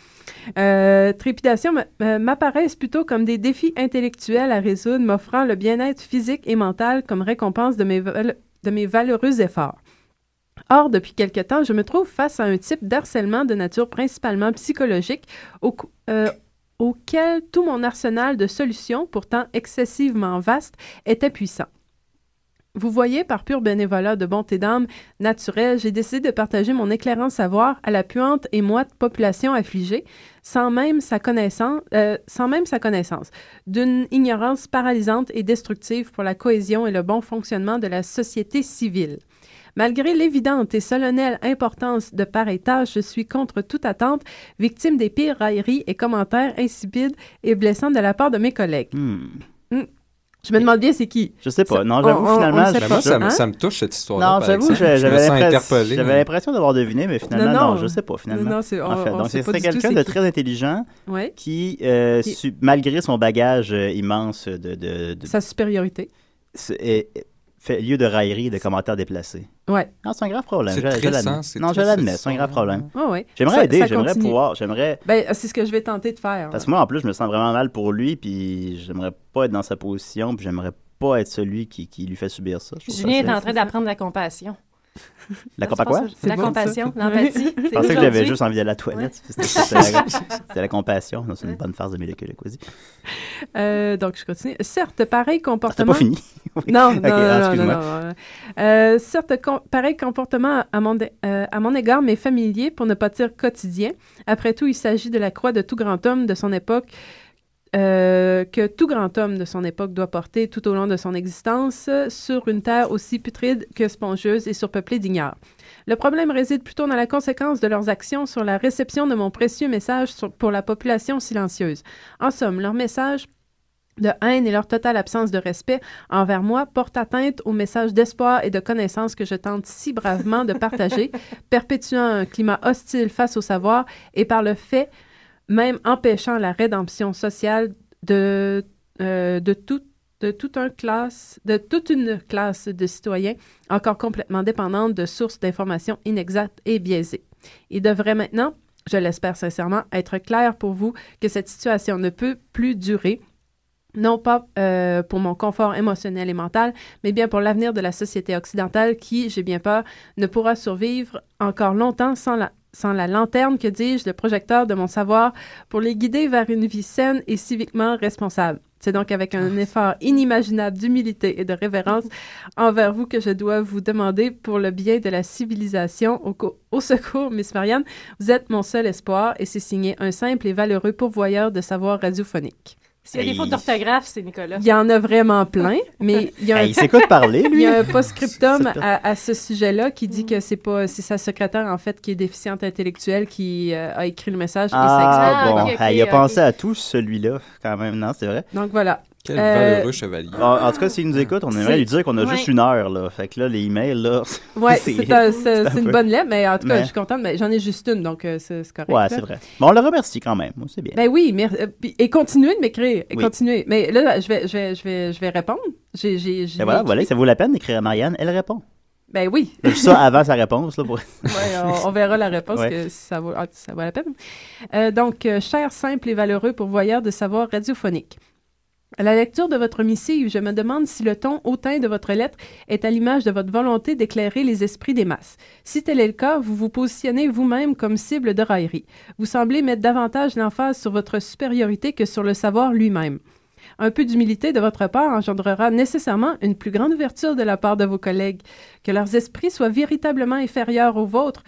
S10: Euh, trépidation m- euh, m'apparaissent plutôt comme des défis intellectuels à résoudre, m'offrant le bien-être physique et mental comme récompense de mes, val- de mes valeureux efforts. Or, depuis quelque temps, je me trouve face à un type d'harcèlement de nature principalement psychologique au cou- euh, auquel tout mon arsenal de solutions, pourtant excessivement vaste, était puissant. Vous voyez, par pur bénévolat de bonté d'âme naturelle, j'ai décidé de partager mon éclairant savoir à la puante et moite population affligée, sans même sa connaissance, euh, sans même sa connaissance, d'une ignorance paralysante et destructive pour la cohésion et le bon fonctionnement de la société civile. Malgré l'évidente et solennelle importance de pareille tâche, je suis contre toute attente, victime des pires railleries et commentaires insipides et blessants de la part de mes collègues.
S6: Hmm.
S10: Hmm. Je me demande bien c'est qui.
S6: Je sais pas. Non,
S10: on-
S6: j'avoue,
S10: on- on
S6: finalement,
S10: le sait
S6: je-
S9: Mais moi,
S10: pas.
S9: ça, me-
S10: Hein?
S9: ça me touche cette histoire-là.
S6: Non,
S9: par
S6: j'avoue,
S9: exemple.
S6: je-
S9: je me
S6: j'avais
S9: sens
S6: l'impression-
S9: interpellé.
S6: j'avais l'impression d'avoir deviné, mais finalement,
S10: Non,
S6: non,
S10: non.
S6: je sais pas, finalement.
S10: Non, non, c'est- on-
S6: en fait,
S10: on
S6: donc,
S10: sait pas
S6: c'était
S10: du tout
S6: quelqu'un
S10: c'est
S6: de
S10: qui.
S6: très intelligent
S10: Ouais.
S6: qui, euh,
S10: Qui-
S6: su- malgré son bagage euh, immense de, de- de-
S10: Sa supériorité.
S6: se- est- est- fait lieu de raillerie et de commentaires déplacés.
S10: Ouais.
S6: Non, c'est un grave problème.
S9: C'est
S6: je- je
S9: très
S6: l'admets.
S9: sens, c'est
S6: Non, je
S9: très
S6: l'admets,
S9: sens.
S6: c'est un grave problème.
S10: Ah Ouais, ouais.
S6: J'aimerais
S10: Ça-
S6: aider,
S10: ça
S6: j'aimerais
S10: continue.
S6: pouvoir, j'aimerais...
S10: Ben, c'est ce que je vais tenter de faire.
S6: Parce que moi, en plus, je me sens vraiment mal pour lui, puis j'aimerais pas être dans sa position, puis j'aimerais pas être celui qui, qui lui fait subir ça. Je trouve ça
S15: Julien est
S6: assez-
S15: en train d'apprendre la compassion.
S6: La
S15: Tu
S6: compa
S15: penses
S6: quoi?
S15: à- La
S10: bon, ça.
S15: compassion, l'empathie.
S6: Je pensais que j'avais juste envie d'aller à la toilette. puis C'était c'était la, c'était la compassion. Non, C'est une bonne farce de Mila Kulikwasi.
S10: Euh, donc, je continue. Certes,
S6: Ah,
S10: pareil
S6: C'était
S10: comportement.
S6: pas fini. Oui. [LAUGHS]
S10: Non,
S6: Ok, ah,
S10: non, non, non,
S6: excuse-moi.
S10: non, non. Euh, certes, com- pareil comportement à mon, dé- euh, à mon égard, mais familier, pour ne pas dire quotidien. Après tout, il s'agit de la croix de tout grand homme de son époque, euh, que tout grand homme de son époque doit porter tout au long de son existence euh, sur une terre aussi putride que spongieuse et surpeuplée d'ignores. Le problème réside plutôt dans la conséquence de leurs actions sur la réception de mon précieux message sur- pour la population silencieuse. En somme, leur message de haine et leur totale absence de respect envers moi porte atteinte au message d'espoir et de connaissance que je tente si bravement de partager, perpétuant un climat hostile face au savoir et par le fait même empêchant la rédemption sociale de, euh, de, tout- de toute un classe, de toute une classe de citoyens encore complètement dépendante de sources d'informations inexactes et biaisées. Il devrait maintenant, je l'espère sincèrement, être clair pour vous que cette situation ne peut plus durer non pas euh, pour mon confort émotionnel et mental, mais bien pour l'avenir de la société occidentale qui, j'ai bien peur, ne pourra survivre encore longtemps sans la, sans la lanterne, que dis-je, le projecteur de mon savoir pour les guider vers une vie saine et civiquement responsable. C'est donc avec un effort inimaginable d'humilité et de révérence envers vous que je dois vous demander pour le bien de la civilisation au, co- au secours, Miss Marianne. Vous êtes mon seul espoir et c'est signé un simple et valeureux pourvoyeur de savoir radiophonique.
S16: S'il y a des fautes d'orthographe, c'est Nicolas.
S10: Il y en a vraiment plein, mais il y a un,
S6: Hey, il s'écoute parler, lui.
S10: il
S6: [LAUGHS]
S10: y a un post-scriptum
S6: Cette per-
S10: à, à ce sujet-là qui dit que c'est pas c'est sa secrétaire en fait qui est déficiente intellectuelle qui euh, a écrit le message et ça
S6: Ah,
S10: explique
S6: bon,
S10: pourquoi.
S6: Ah, il a pensé à tout celui-là, quand même, non, c'est vrai.
S10: Donc voilà.
S9: Quel
S10: Euh,
S9: valeureux chevalier.
S6: En, en tout cas, s'il nous écoute, on aimerait
S10: C'est-
S6: lui dire qu'on a
S10: Ouais.
S6: juste une heure, là. Fait que là, les emails, là.
S10: Ouais,
S6: [LAUGHS]
S10: c'est un- c'est- c'est une
S6: peu-
S10: bonne lettre, mais en tout cas,
S6: Mais-
S10: je suis contente, mais j'en ai juste une, donc euh, c'est c'est correct.
S6: Ouais,
S10: là.
S6: c'est vrai. Bon, on le remercie quand même. C'est bien.
S10: Ben oui, mais, euh, puis- et continuez de m'écrire, et
S6: Oui.
S10: continuez. Mais là, je vais, je vais, je vais, je vais répondre. J'ai, j'ai, j'ai
S6: Et Ben voilà,
S10: écrit.
S6: voilà, ça vaut la peine d'écrire à Marianne. Elle répond.
S10: Ben oui.
S6: Juste ça avant sa réponse, là, pour.
S10: Ouais, on, on verra la réponse
S6: Ouais.
S10: que si ça vaut, ah, si ça vaut la peine. Euh, donc, euh, cher, simple et valeureux pourvoyeur de savoir radiophonique. À la lecture de votre missive, je me demande si le ton hautain de votre lettre est à l'image de votre volonté d'éclairer les esprits des masses. Si tel est le cas, vous vous positionnez vous-même comme cible de raillerie. Vous semblez mettre davantage l'emphase sur votre supériorité que sur le savoir lui-même. Un peu d'humilité de votre part engendrera nécessairement une plus grande ouverture de la part de vos collègues. Que leurs esprits soient véritablement inférieurs aux vôtres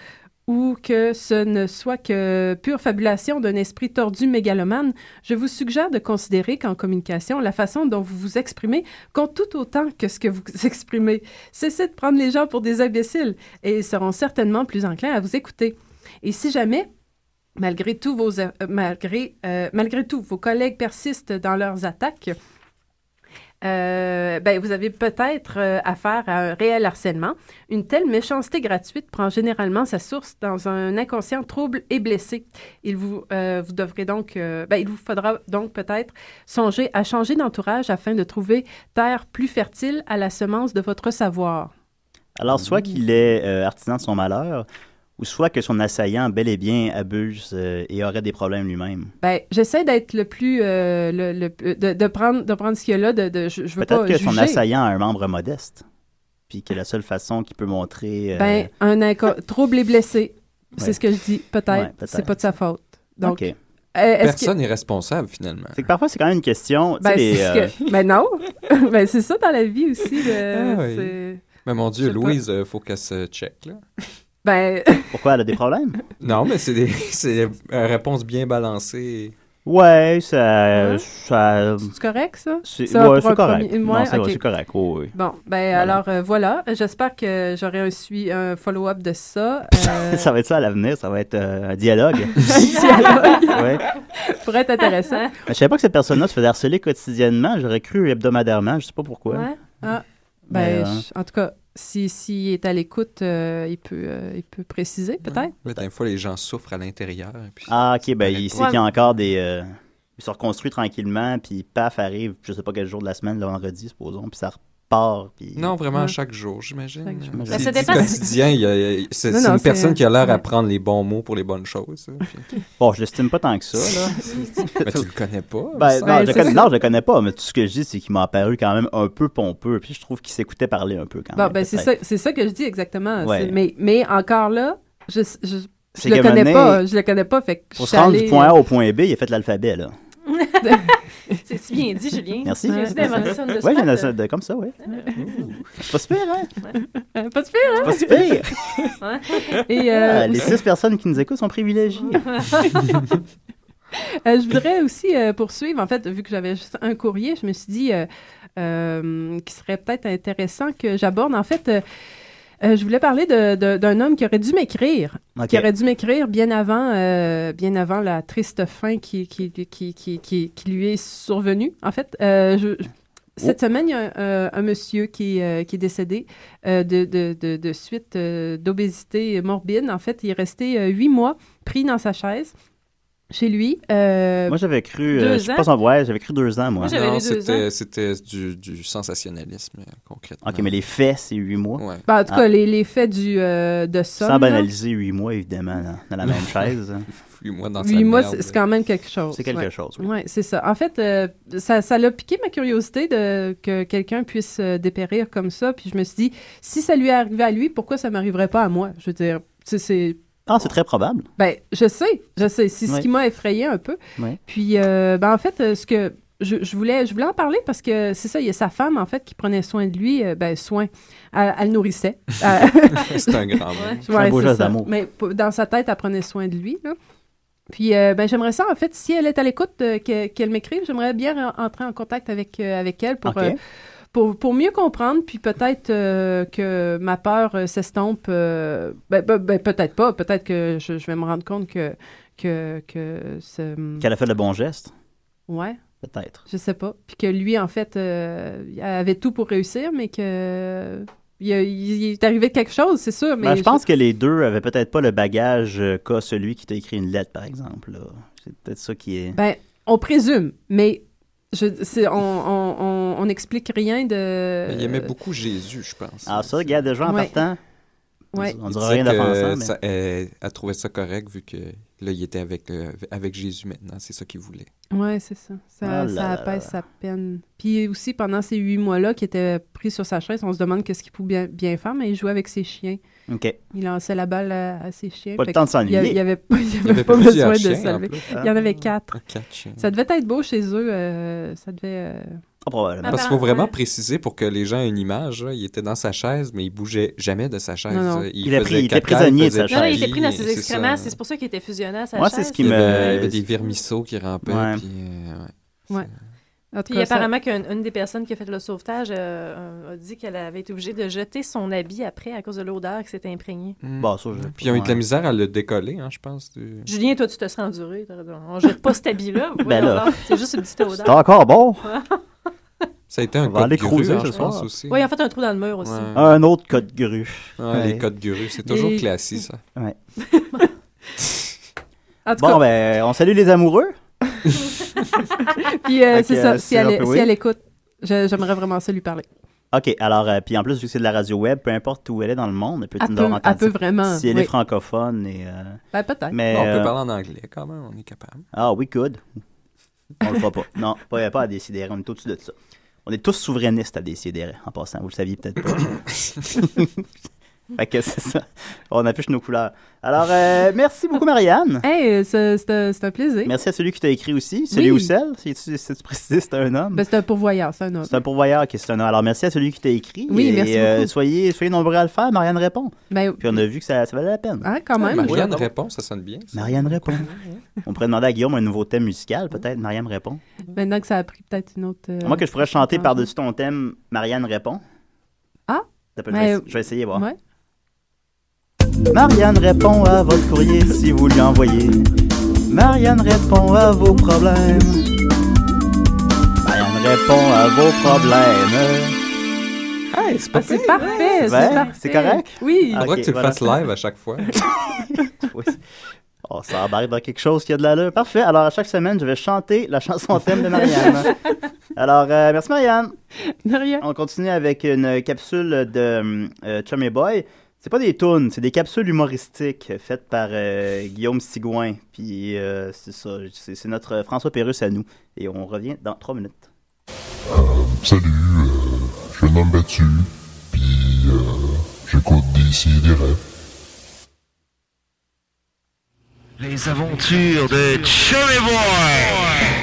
S10: ou que ce ne soit que pure fabulation d'un esprit tordu mégalomane, je vous suggère de considérer qu'en communication, la façon dont vous vous exprimez compte tout autant que ce que vous [LAUGHS] exprimez. Cessez de prendre les gens pour des imbéciles et ils seront certainement plus enclins à vous écouter. Et si jamais Malgré tout, vos, euh, malgré, euh, malgré tout, vos collègues persistent dans leurs attaques. Euh, ben, vous avez peut-être euh, affaire à un réel harcèlement. Une telle méchanceté gratuite prend généralement sa source dans un inconscient trouble et blessé. Il vous, euh, vous devrez donc, euh, ben, il vous faudra donc peut-être songer à changer d'entourage afin de trouver terre plus fertile à la semence de votre savoir.
S6: Alors, soit qu'il est euh, artisan de son malheur, ou soit que son assaillant, bel et bien, abuse euh, et aurait des problèmes lui-même.
S10: Ben, j'essaie d'être le plus, euh, le, le- de, de prendre, de prendre ce qu'il y a là, de, de- je, je veux pas
S6: Peut-être que son
S10: juger.
S6: assaillant a un membre modeste, puis que la seule façon qu'il peut montrer. euh,
S10: Ben, un inco- trouble et blessé.
S6: Ouais.
S10: C'est ce que je dis. Peut-être.
S6: Ouais, peut-être.
S10: C'est pas de sa faute. Donc,
S6: OK.
S10: euh, est-ce
S9: Personne n'est responsable, finalement.
S6: C'est que parfois, c'est quand même une question.
S10: que...
S6: tu
S10: Ben,
S6: sais, les,
S10: c'est
S6: euh,
S10: ce que- [LAUGHS] ben non. ben, c'est ça dans la vie aussi. le-
S9: Ah oui.
S10: c'est-
S9: Mais mon Dieu,
S10: Je sais pas.
S9: Louise, il faut qu'elle se check, là.
S10: Ben, [LAUGHS]
S6: Pourquoi elle a des problèmes?
S9: Non, mais c'est des, [LAUGHS] c'est une réponse bien balancée.
S6: Ouais, ça. ça
S10: c'est correct, ça?
S6: c'est
S10: Hein? Ça,
S6: ouais,
S10: pour un
S6: c'est correct.
S10: premier-
S6: Non,
S10: ouais,
S6: c'est
S10: ok.
S6: c'est correct. oui, oui.
S10: Bon, ben alors euh, voilà. J'espère que j'aurai un, sui- un follow-up
S6: [LAUGHS]
S10: de ça. euh,
S6: Ça va être ça à l'avenir, ça va être euh, un
S10: [LAUGHS]
S6: dialogue. ouais.
S10: pour être
S6: [LAUGHS]
S10: intéressant.
S6: Mais Je savais pas que cette personne-là se faisait harceler quotidiennement. J'aurais cru hebdomadairement, je sais pas pourquoi.
S16: Ouais.
S10: Ah,
S6: Mais, euh,
S10: ben, je- en tout cas, s'il si, s'il est à l'écoute, euh, il, peut, euh, il peut préciser peut-être.
S9: Mais des fois, les gens souffrent à l'intérieur. et puis-
S6: Ah, ok, ben il
S9: Ouais.
S6: sait qu'il y a encore des. euh, il se reconstruit tranquillement, puis paf, arrive, je sais pas quel jour de la semaine, le vendredi, supposons, puis ça repart. Puis...
S9: Non, vraiment,
S10: Ouais.
S9: chaque jour, j'imagine.
S10: Chaque jour.
S9: Euh,
S6: Ben,
S9: c'est
S16: ça
S9: dit
S16: dépend-
S9: quotidien, il y a- il y a- c'est
S10: Non,
S9: c'est
S10: non,
S9: une
S10: c'est-
S9: personne qui a l'air à
S10: ouais.
S9: prendre les bons mots pour les bonnes choses. hein, puis-
S6: Bon, je l'estime pas tant que ça, [LAUGHS]
S9: [LAUGHS]
S6: là.
S9: mais tu le connais pas. il me
S6: Ben,
S9: semble.
S6: non, je
S10: c'est
S6: connais,
S10: ça.
S6: non, je le connais pas, mais tout ce que je dis, c'est qu'il m'a paru quand même un peu pompeux, puis je trouve qu'il s'écoutait parler un peu quand
S10: Bon,
S6: même.
S10: ben, c'est
S6: Ah peut-être.
S10: ça, c'est ça que je dis exactement.
S6: Ouais.
S10: C'est- Mais, mais encore là, je, je, je
S6: C'est
S10: le
S6: qu'à un
S10: connais
S6: moment donné,
S10: pas. Je le connais pas. Fait que je
S6: Pour se
S10: suis
S6: rendre
S10: allée- euh,
S6: du point A au point B, il a fait l'alphabet, là.
S16: C'est si bien dit, Julien.
S6: Merci.
S16: J'ai aussi inventé ça de
S6: Ouais, il y en a
S16: spot.
S6: ça- de- comme ça, ouais. C'est pas super, hein?
S10: Euh, Pas de pire,
S6: C'est pas super!
S10: hein? Et euh,
S6: Ah, les six personnes qui nous écoutent sont privilégiées.
S10: [LAUGHS] euh, je voudrais aussi euh, poursuivre. En fait, vu que j'avais juste un courrier, je me suis dit euh, euh, qu'il serait peut-être intéressant que j'aborde. En fait, euh, euh, je voulais parler de- de- d'un homme qui aurait dû m'écrire.
S6: Ok.
S10: qui aurait dû m'écrire bien avant, euh, bien avant la triste fin qui, qui, qui, qui, qui, qui lui est survenue. En fait, euh, je- je-
S6: Oh.
S10: cette semaine, il y a un, euh, un monsieur qui, est, euh, qui est décédé euh, de, de, de, de suite euh, d'obésité morbide. En fait, il est resté euh, huit mois pris dans sa chaise chez lui. Euh,
S6: Moi, j'avais cru. euh,
S16: Deux
S6: je sais
S16: ans?
S6: pas si on voit, j'avais cru deux ans, moi.
S16: Moi, j'avais
S9: Non,
S16: les deux
S9: c'était- c'était du, du sensationnalisme, euh, concrètement.
S6: Ok, mais les faits, c'est huit mois.
S9: Ouais.
S10: ben, en tout
S6: Ah.
S10: cas, les, les faits du, euh, de ça.
S6: Sans banaliser huit mois, évidemment, dans, dans la
S10: [LAUGHS]
S6: même chaise. hein.
S9: Fuis-moi dans sa
S10: Huit mois,
S9: merde.
S10: c'est c'est quand même quelque chose.
S6: C'est quelque
S10: ouais.
S6: chose, oui.
S10: Oui, c'est ça. En fait, euh, ça, ça l'a piqué ma curiosité de que quelqu'un puisse euh, dépérir comme ça. Puis je me suis dit, si ça lui est arrivé à lui, pourquoi ça m'arriverait pas à moi? Je veux dire, c'est- c'est...
S6: Ah, c'est très probable.
S10: Ben, je sais, je sais. C'est
S6: Ouais.
S10: ce qui m'a effrayé un peu.
S6: Ouais.
S10: Puis, euh, ben, en fait, euh, ce que... je, je voulais, je voulais en parler parce que c'est ça, il y a sa femme, en fait, qui prenait soin de lui, euh, ben, soin. Elle, elle le
S6: [LAUGHS]
S10: nourrissait.
S9: [LAUGHS] C'est un grand mot. C'est un
S10: Ouais,
S9: beau
S10: c'est
S9: geste
S10: ça.
S9: d'amour.
S10: Mais p- dans sa tête, elle prenait soin de lui, là. Puis, euh, ben, j'aimerais ça, en fait, si elle est à l'écoute, euh, que- qu'elle m'écrive, j'aimerais bien en- entrer en contact avec, euh, avec elle pour,
S17: Ok.
S10: euh, pour, pour mieux comprendre, puis peut-être euh, que ma peur euh, s'estompe. euh, ben, ben, ben, peut-être pas, peut-être que je, je vais me rendre compte que. que, que ce-
S6: Qu'elle a fait le bon geste,
S10: Ouais.
S6: peut-être.
S10: Je sais pas. Puis que lui, en fait, euh, il avait tout pour réussir, mais que il, a- il- il est arrivé quelque chose, c'est sûr. Mais
S6: Ben, je pense que les deux avaient peut-être pas le bagage euh, qu'a celui qui t'a écrit une lettre, par exemple. là. C'est peut-être ça qui est.
S10: Ben, on présume, mais je, c'est- on, on, on- on n'explique rien de.
S9: Il aimait beaucoup Jésus, je pense.
S6: Ah, ça, regarde, déjà en
S10: Ouais.
S6: partant,
S10: Ouais.
S6: on
S9: Il
S6: dira
S9: disait
S6: rien
S9: que
S6: d'offensant. Mais...
S9: ça- Elle, elle trouvait ça correct vu que là, il était avec, euh, avec Jésus maintenant. C'est ça qu'il voulait.
S10: Ouais, c'est ça. Ça,
S9: Ah là
S10: ça
S9: là
S10: apaise sa peine. Puis aussi, pendant ces huit mois-là, qui était pris sur sa chaise, on se demande qu'est-ce qu'il pouvait bien, bien faire, mais il jouait avec ses chiens.
S6: OK.
S10: Il lançait la balle à, à ses chiens.
S6: Pas le
S10: Fait
S6: temps de
S10: qu'il y
S6: s'ennuyer.
S10: a-
S6: Ah,
S10: Il n'y avait, pas- il y
S6: Il y
S10: avait
S6: avait
S10: pas
S6: plusieurs
S10: besoin de
S6: chiens,
S10: se
S6: en
S10: lever.
S6: plus. hein.
S10: Il y en avait quatre.
S9: quatre chiens.
S10: Ça devait être beau chez eux. euh, ça devait. euh,
S6: probablement.
S9: Parce qu'il faut vraiment préciser pour que les gens aient une image. là, il était dans sa chaise, mais il bougeait jamais de sa chaise.
S10: Non, non.
S6: Il a pris- il était
S9: caca,
S6: prisonnier de
S9: faisait
S6: sa
S9: pipi,
S12: Non, non, il était pris dans ses
S9: c'est ça.
S12: excréments, c'est pour ça qu'il était fusionné à sa
S6: Moi,
S12: chaise.
S6: c'est ce qui
S9: Il y
S6: me.
S9: avait- il y avait des vermisseaux qui rampaient.
S6: Ouais.
S9: puis, euh, ouais.
S10: Ouais. En tout
S12: Puis
S10: cas, ça-
S12: apparemment qu'une une des personnes qui a fait le sauvetage euh, a dit qu'elle avait été obligée de jeter son habit après à cause de l'odeur qui s'était imprégnée.
S6: Bon, ça, je-
S9: Hmm. Puis ils ont eu de la
S6: ouais.
S9: misère à le décoller, hein, je pense. du-
S12: Julien, toi, tu te serais enduré. t'aurais dit, On jette pas cet habit-là.
S9: Ben là.
S12: voyons donc, C'est juste une petite odeur.
S6: C'était encore bon.
S9: Ça a été un
S6: On va aller
S9: code
S6: creuser Ah.
S9: grue,
S6: ce
S9: je pense,
S6: soir.
S9: aussi.
S12: Oui, en fait, un trou dans le mur aussi.
S9: Ouais.
S6: Un autre code grue.
S9: Ah, Les codes gurus, c'est
S12: Les-
S9: toujours classique, ça.
S6: Ouais.
S10: En tout
S6: Bon,
S10: cas-
S6: ben, on salue les amoureux.
S10: Puis euh,
S6: Fait que,
S10: c'est
S6: euh,
S10: ça, si
S6: c'est
S10: elle, est-
S6: rappelé.
S10: si elle écoute, je- j'aimerais vraiment ça lui parler.
S6: OK, alors, euh, puis en plus, vu que c'est de la radio web, peu importe où elle est dans le monde, elle peut
S10: Elle
S6: nous avoir
S10: peut-
S6: entendu.
S10: elle peut vraiment,
S6: Si elle est
S10: oui.
S6: francophone et. euh,
S10: Ben, peut-être.
S6: mais,
S9: on peut
S6: euh,
S9: parler en anglais quand même, on est capable.
S6: Ah, oui, good. On le fera pas. Non, pas, pas à décider. On est au-dessus de ça. On est tous souverainistes à décider, en passant. Vous le saviez peut-être
S10: [LAUGHS]
S6: pas. fait que c'est ça. On affiche nos couleurs. Alors, euh, merci beaucoup, Marianne.
S10: Hey, euh, c'est c'est un c'est un plaisir.
S6: Merci à celui qui t'a écrit aussi. Celui
S10: Oui.
S6: ou celle, si tu, si tu précises, c'est un homme.
S10: Ben, c'est un pourvoyeur, c'est un homme.
S6: C'est un pourvoyeur qui est un homme. Alors, merci à celui qui t'a écrit.
S10: Oui,
S6: et, euh,
S10: merci beaucoup.
S6: soyez, soyez nombreux à le faire. Marianne répond.
S10: Ben,
S6: Puis on a vu que ça, ça valait la peine.
S10: Ah, quand même.
S9: Marianne
S6: Ouais,
S9: répond, ça sonne bien. ça.
S6: Marianne répond. On pourrait demander à Guillaume un nouveau thème musical, peut-être. Marianne répond.
S10: Maintenant que ça a pris peut-être une autre. euh,
S6: Moi, que je pourrais chanter
S10: Ah.
S6: par-dessus ton thème, Marianne répond.
S10: Ah!
S6: Ça peut- je,
S10: Mais-
S6: vais, je vais essayer voir.
S10: Ouais.
S6: Marianne répond à votre courrier si vous lui envoyez. Marianne répond à vos problèmes. Marianne répond à vos problèmes. Hey, c'est
S10: Ah, c'est parfait,
S6: Ouais,
S10: c'est parfait.
S6: c'est correct? Ah.
S10: Oui.
S9: Faudrait que tu
S6: voilà.
S9: le fasses live à
S6: [LAUGHS]
S9: chaque fois.
S6: On s'embarque Oh, dans quelque chose qui a de l'allure. Parfait. Alors, à chaque semaine, je vais chanter la chanson thème de Marianne.
S9: [LAUGHS]
S6: Alors, euh, merci Marianne. On continue avec une capsule de euh, Chum et Boy. C'est pas des tunes, c'est des capsules humoristiques faites par euh, Guillaume Sigouin. Puis euh, c'est ça, c'est c'est notre François Pérusse à nous. Et on revient dans trois minutes.
S18: Salut, euh, je suis un homme battu, puis euh, j'écoute d'ici des rêves.
S19: Les aventures de Chummy Boy.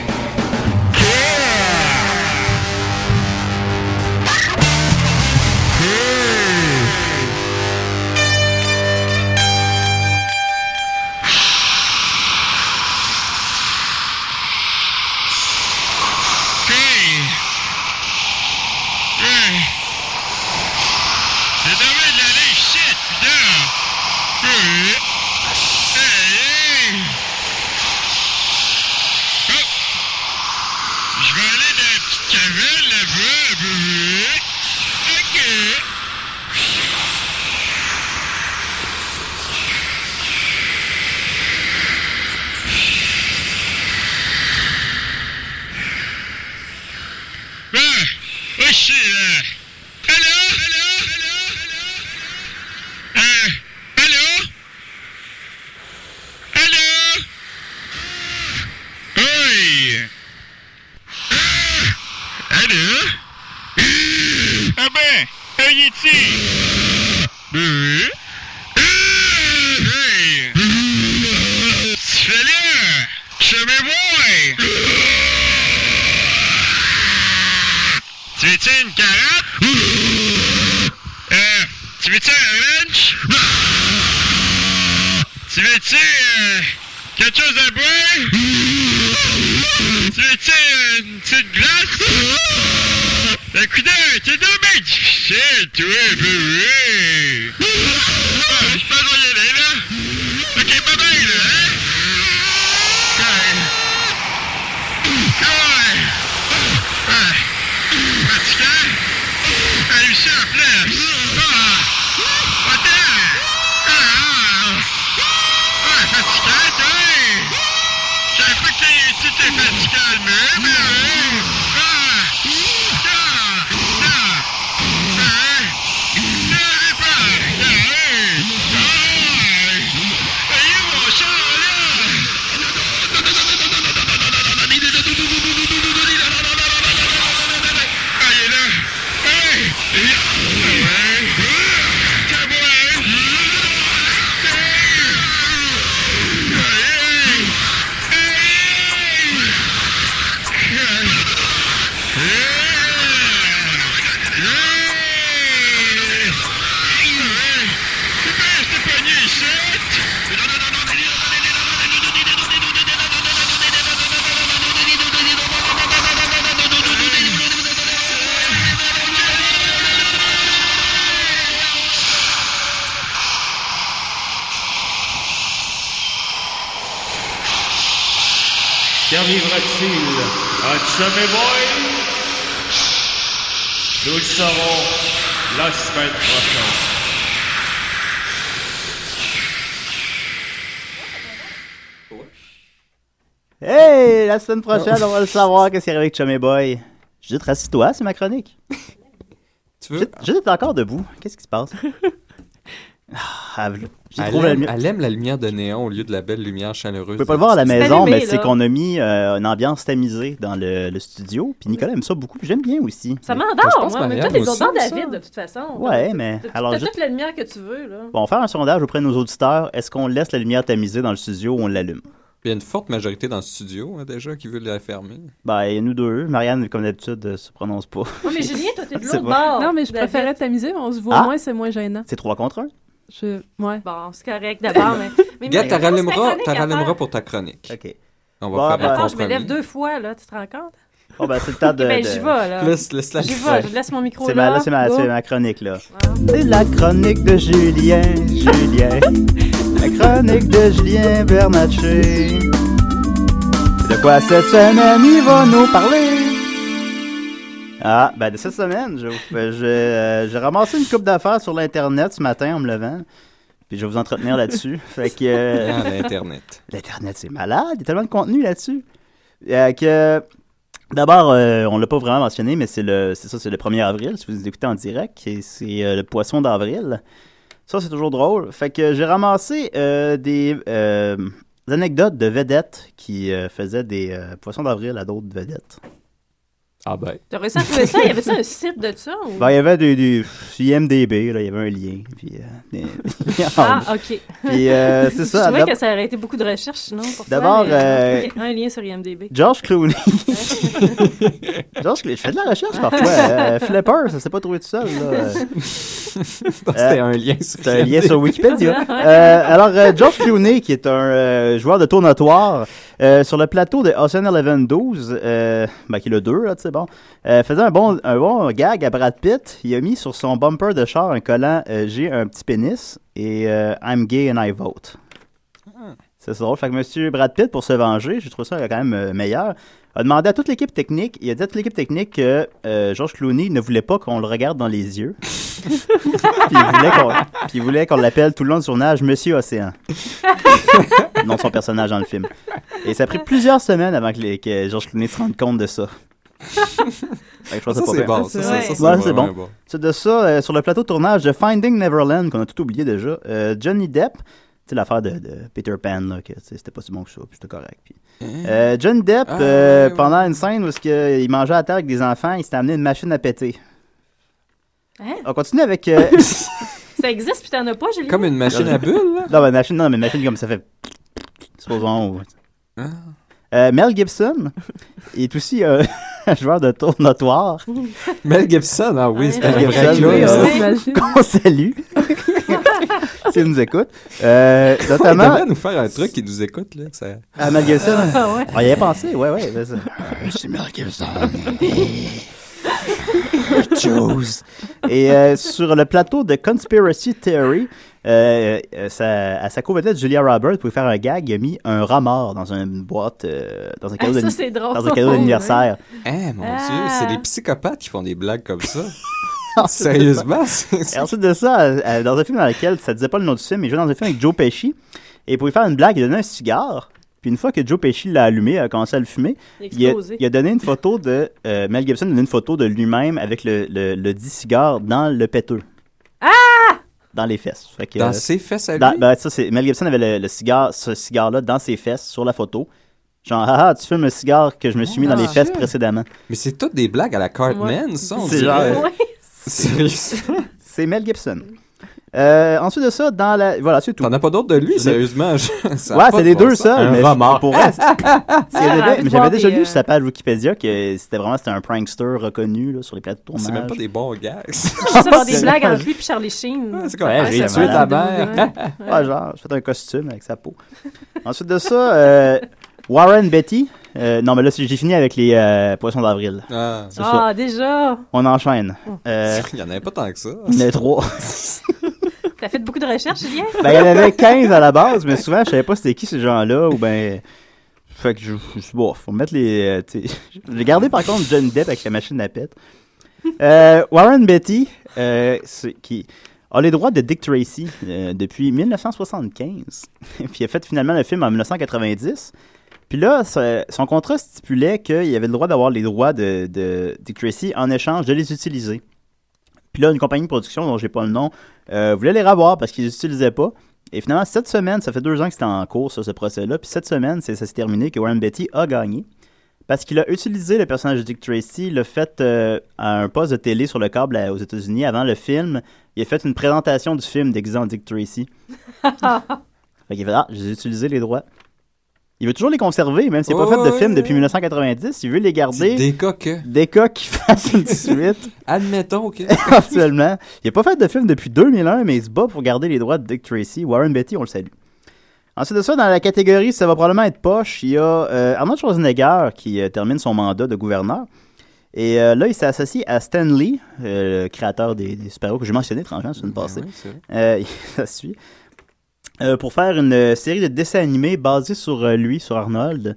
S7: Oh. Je vais aller dans la petite caverne là-bas. Ok. Ah, où je suis là? euh, Allô? Allô? Allô? Allô? Euh, allô? euh, Allô? Oui! euh, Allô? Ah ben, un Yeti! Oui? Hey! Tu fais là? Je me vois!
S12: Euh, Tu veux-tu un lunch? Tu veux-tu euh, quelque chose à boire? Tu veux-tu euh, une petite glace? Ben, coudonc, t'es donc bien difficile, toi, bébé! Ah, Je pense qu'on y aller, là! Ok, pas bien, là, hein? Ouais. Ouais. Ouais. Fatigant? Réussi en place! Ah! Attends! Ah! Ah, fatigant, toi! Je savais pas que t'es- t'étais fatigant, le même, là, hein? Ah! Ah! Ah!
S20: Qu'arrivera-t-il à Boy Nous le saurons la semaine prochaine.
S6: Hey, la semaine prochaine, on va le savoir qu'est-ce qui arrive avec Chummy Boy. Judith, rassis-toi, c'est ma chronique.
S9: tu veux?
S6: Judith, Judith est encore debout. Qu'est-ce qui se
S9: [LAUGHS]
S6: passe? Ah, elle- j'y
S9: Elle
S6: trouve la
S9: aime,
S6: lumière.
S9: elle aime la lumière de néon au lieu de la belle lumière chaleureuse.
S6: Vous pouvez pas le voir à la maison, mais c'est qu'on a mis euh, une ambiance tamisée dans le, le studio. Puis Nicolas aime ça beaucoup, puis j'aime bien aussi.
S10: Ça
S6: Je pense
S10: m'endort, moi. Mais toi,
S6: Marianne
S10: t'es
S6: aussi
S10: content,
S6: aime
S10: David, de toute façon.
S6: Ouais,
S10: T'as-
S6: mais
S10: t'as-
S6: alors
S10: T'as
S6: je-
S10: [LAUGHS] toute la lumière que tu
S6: [LAUGHS]
S10: veux, là.
S6: Bon, on va faire un sondage auprès de nos auditeurs. Est-ce qu'on laisse la lumière tamisée dans le studio ou on l'allume?
S9: Il y a une forte majorité dans le studio, hein, déjà, qui veut la fermer.
S6: Bah, il y a nous deux. Marianne, comme d'habitude, euh, se prononce pas. [LAUGHS]
S10: Non, mais Julien, toi, t'es de
S6: C'est
S10: l'autre
S6: bon.
S10: bord.
S8: Non, mais je
S10: David.
S8: préférais t'amuser, mais on se voit
S6: Ah.
S8: moins, c'est moins gênant.
S6: C'est trois contre un?
S8: Je... Ouais.
S10: Bon, c'est correct d'abord, mais. mais
S9: Gab,
S10: mais-
S9: t'as
S10: c'est la
S9: rallumeras,
S10: chronique
S9: t'as
S10: à faire.
S9: rallumeras pour ta chronique.
S6: OK.
S9: On
S6: Bon,
S9: va faire
S6: ben-
S9: un
S10: Attends, je me
S9: compromis.
S10: lève deux fois, là, tu te rends compte?
S6: Bon, ben, c'est le temps de.
S10: ben,
S6: de-
S10: j'y vais, là.
S9: Laisse- laisse la-
S10: J'y vais, je laisse mon micro
S6: C'est ma,
S10: là.
S6: là, c'est ma,
S10: Go.
S6: c'est ma chronique, là. C'est la chronique de Julien,
S10: [LAUGHS]
S6: Julien. la chronique de Julien Bernatchez. C'est de quoi cette semaine il va nous parler? Ah, ben de cette semaine, je- ben, j'ai euh, j'ai ramassé une coupe d'affaires sur l'Internet ce matin en me levant. Puis je vais vous entretenir
S10: [LAUGHS]
S6: là-dessus. fait que... euh,
S9: Ah, l'Internet.
S6: L'Internet, c'est malade. Il y a tellement de contenu là-dessus. Euh, que... D'abord, euh, on l'a pas vraiment mentionné, mais c'est le, c'est ça, c'est le 1er avril, si vous nous écoutez en direct, et c'est euh, le poisson d'avril. Ça, c'est toujours drôle. Fait que j'ai ramassé euh, des euh, des anecdotes de vedettes qui euh, faisaient des euh, poissons d'avril à d'autres vedettes.
S9: Ah [LAUGHS] ben.
S10: T'as réussi à trouver ça? Y avait-tu un site de ça? Ou...
S6: Ben, il y avait des, des sur IMDB, là, il y avait un lien. Puis, euh, des-
S10: Ah, ok.
S6: Puis, euh, c'est ça.
S10: Je trouvais
S6: d'ab-
S10: que ça aurait été beaucoup de recherches, sinon. pour toi,
S6: D'abord,
S10: mais,
S6: euh,
S10: ok, Un lien sur IMDb.
S6: George
S10: [LAUGHS]
S6: Clooney. George Clooney. Je fais de la recherche parfois.
S10: [LAUGHS]
S6: Euh, Flipper, ça s'est pas trouvé tout seul. là. Euh,
S9: C'était un lien sur
S6: C'était un lien sur Wikipédia.
S9: Ouais.
S6: Euh, alors, euh, George Clooney, qui est un euh, joueur de tour notoire, euh, sur le plateau de Ocean Eleven 12, euh, ben, qui est le 2, là, tu sais, bon, euh, faisait un bon, un bon gag à Brad Pitt. Il a mis sur son bumper de char un collant euh, J'ai un petit pénis et euh, I'm gay and I vote. Ça, C'est drôle. Fait que Monsieur Brad Pitt, pour se venger, j'ai trouvé ça quand même euh, meilleur, a demandé à toute l'équipe technique, il a dit à toute l'équipe technique que euh, George Clooney ne voulait pas qu'on le regarde dans les yeux. Puis il voulait qu'on- puis il voulait qu'on l'appelle tout le long du tournage Monsieur Océan. non, son personnage dans le film. Et ça a pris plusieurs semaines avant que, les- que George Clooney se rende compte de ça. Fait que je trouve
S9: Ça,
S6: pas
S9: c'est
S6: pire.
S9: bon. Ça, ça, ça, c'est
S6: Ouais, c'est
S9: vraiment
S6: bon.
S9: bon.
S6: C'est de ça, euh, sur le plateau de tournage de Finding Neverland, qu'on a tout oublié déjà, euh, Johnny Depp, tu sais, l'affaire de, de Peter Pan, là, que tu sais, c'était pas si bon que ça, puis c'était correct. puis- Euh, Johnny Depp,
S9: Ah,
S6: euh,
S9: ouais, ouais.
S6: pendant une scène où est-ce que il mangeait à terre avec des enfants, il s'est amené une machine à péter.
S10: Hein?
S6: On continue avec... euh,
S10: Ça existe, puis t'en as pas, Julien?
S6: Non, mais une machine, non, mais une machine comme ça fait... [LAUGHS] Supposons... ou-
S9: Ah.
S6: Euh, Mel Gibson est aussi euh, un [LAUGHS] joueur de tour notoire.
S9: Mel Gibson, ah oui, c'est un
S6: Mel hein,
S9: vrai
S6: Gibson,
S9: clown,
S6: oui, [LAUGHS]
S9: ça.
S6: oui. Qu'on salue. s'il nous écoute. Euh,
S9: Il
S6: notamment.
S9: devrait nous faire un truc qui nous écoute, là. Ça...
S6: À Mel Gibson.
S9: Ah, ouais.
S6: On y avait pensé, ouais, ouais. vas-y. Euh, C'est Mel Gibson. [LAUGHS] Chose. Et euh, sur le plateau de Conspiracy Theory, euh, euh, sa- à sa covedette, Julia Roberts, pour faire un gag, il a mis un rat mort dans une boîte, euh, dans un
S10: Ah,
S6: cadeau
S10: ça,
S6: d'anni-
S10: c'est drôle.
S6: dans un cadeau d'anniversaire.
S9: Eh, mon
S10: Ah.
S9: Dieu, c'est les psychopathes qui font des blagues comme ça.
S6: [LAUGHS]
S9: Sérieusement?
S6: Et ensuite de Ah, ça, euh, euh, dans un film dans lequel, ça disait pas le nom du film, mais jouait dans un film avec Joe Pesci. Et pour lui faire une blague, il a donné un cigare. Puis une fois que Joe Pesci l'a allumé, il a commencé à le fumer, il a,
S10: Explosé.
S6: il a donné une photo de... euh, Mel Gibson a donné une photo de lui-même avec le, le, le dit cigare dans le péteux.
S10: Ah!
S6: Dans les fesses. Fait que,
S9: Dans
S6: euh,
S9: ses fesses à
S6: dans-
S9: lui?
S6: ben, ça, c'est- Mel Gibson avait le, le cigare, ce cigare-là dans ses fesses, sur la photo. Genre, ah, ah, tu fumes le cigare que je me suis mis dans les
S9: Ah,
S6: fesses
S9: sûr.
S6: précédemment.
S9: Mais c'est toutes des blagues à la Cartman,
S6: Ouais.
S9: ça, on
S6: C'est
S9: dirait.
S6: genre-
S9: Sérieusement?
S6: C'est Mel Gibson. Euh, ensuite de ça, dans la. Voilà, c'est tout. T'en
S9: as pas d'autres de lui,
S6: [LAUGHS]
S9: sérieusement?
S6: ouais, c'est les deux
S9: ça.
S6: seuls.
S9: Un
S6: mais
S9: rat mort.
S6: Pour
S9: [LAUGHS]
S6: vrai,
S10: Ah,
S6: S'il y en avait-
S10: envie de
S6: mais
S10: voir
S6: J'avais déjà
S10: des,
S6: lu
S10: euh,
S6: sur sa page Wikipédia que c'était vraiment c'était un prankster reconnu là, sur les plateaux de tournage.
S9: C'est même pas des bons gags.
S6: [LAUGHS]
S10: Je sais avoir des blagues entre lui puis Charlie Sheen.
S9: c'est comme, Ouais, ah, j'ai c'est tué malade. ta mère. [LAUGHS]
S6: Ouais, genre, je fais un costume avec sa peau. Ensuite de ça, euh, Warren Betty. Euh, non, mais là, j'ai fini avec les euh, poissons d'avril. C'est ça.
S10: Ah, déjà!
S6: On enchaîne.
S10: [LAUGHS]
S9: Il y en avait pas tant que ça.
S6: Il y en avait
S9: [LAUGHS]
S6: trois.
S10: T'as fait beaucoup de recherches, Julien?
S6: Ben, il y en avait 15 à la base, mais souvent, je savais pas c'était qui ces gens-là, ou ben. Fait que je. je bon, faut mettre les. euh, t'sais. J'ai gardé par contre John Depp avec la machine à pète. Euh, Warren Beatty, euh, ce- qui a les droits de Dick Tracy euh, depuis 1975. [LAUGHS] Puis il a fait finalement le film en 1990. Puis là, ça- son contrat stipulait qu'il avait le droit d'avoir les droits de, de Dick Tracy en échange de les utiliser. Puis là, une compagnie de production dont j'ai pas le nom euh, voulait les revoir parce qu'ils les utilisaient pas. Et finalement, cette semaine, ça fait deux ans que c'était en cours, ça, ce procès-là. Puis cette semaine, c'est- ça s'est terminé que Warren Beatty a gagné. Parce qu'il a utilisé le personnage de Dick Tracy, il l'a fait euh, à un poste de télé sur le câble à- aux États-Unis avant le film. Il a fait une présentation du film déguisant Dick Tracy.
S9: [LAUGHS]
S6: Fait qu'il a fait Ah, j'ai utilisé les droits. Il veut toujours les conserver, même s'il n'a
S9: Ouais,
S6: pas fait de
S9: ouais,
S6: film
S9: ouais.
S6: depuis 1990. Il veut les garder.
S9: Des cas que.
S6: Des cas qui [LAUGHS] fassent une suite. [LAUGHS]
S9: Admettons, ok.
S6: Éventuellement. Il n'a pas fait de film depuis 2001, mais il se bat pour garder les droits de Dick Tracy. Warren Beatty, on le salue. Ensuite de ça, dans la catégorie, ça va probablement être poche, il y a euh, Arnold Schwarzenegger qui euh, termine son mandat de gouverneur. Et euh, là, il s'est associé à Stan Lee, euh, le créateur des, des super-héros que j'ai mentionné, étrangement, la semaine
S9: Ben
S6: passée. Euh, [LAUGHS] ça suit. Euh, pour faire une euh, série de dessins animés basés sur euh, lui, sur Arnold.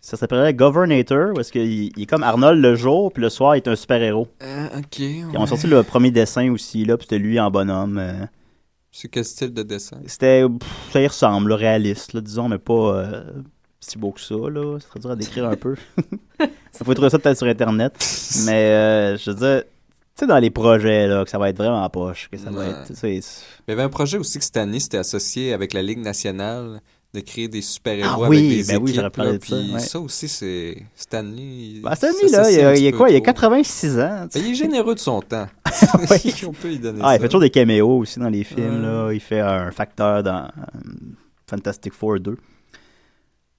S6: Ça s'appellerait Governator, parce qu'il il est comme Arnold le jour, puis le soir, il est un super-héros.
S9: Euh, ok.
S6: Ils ont
S9: ouais.
S6: sorti le premier dessin aussi, là, puis c'était lui en bonhomme. euh.
S9: C'est quel style de dessin?
S6: C'était. pff, Ça y ressemble, là, réaliste, là, disons, mais pas euh, si beau que ça, là. C'est très dur à décrire un peu. Vous pouvez trouver ça peut-être sur Internet. Mais, euh, je veux dire, tu sais, dans les projets, là, que ça va être vraiment poche, que ça va
S9: Ouais.
S6: être. tu sais, c'est-
S9: Il y avait un projet aussi que cette année, c'était associé avec la Ligue nationale de créer des
S6: Ah
S9: super-héros
S6: oui,
S9: avec des
S6: ben oui,
S9: équipes.
S6: j'aurais parlé
S9: là,
S6: de ça,
S9: puis
S6: ouais.
S9: ça aussi, c'est Stanley.
S6: Ben, Stan Lee, là, il y a- il y a quoi? Il y a 86 ans.
S9: il est généreux de
S6: [LAUGHS]
S9: son temps. [LAUGHS] On peut lui donner
S6: Ah,
S9: ça.
S6: il fait toujours des caméos aussi dans les films.
S9: Ouais.
S6: Là. Il fait un facteur dans euh, Fantastic Four 2.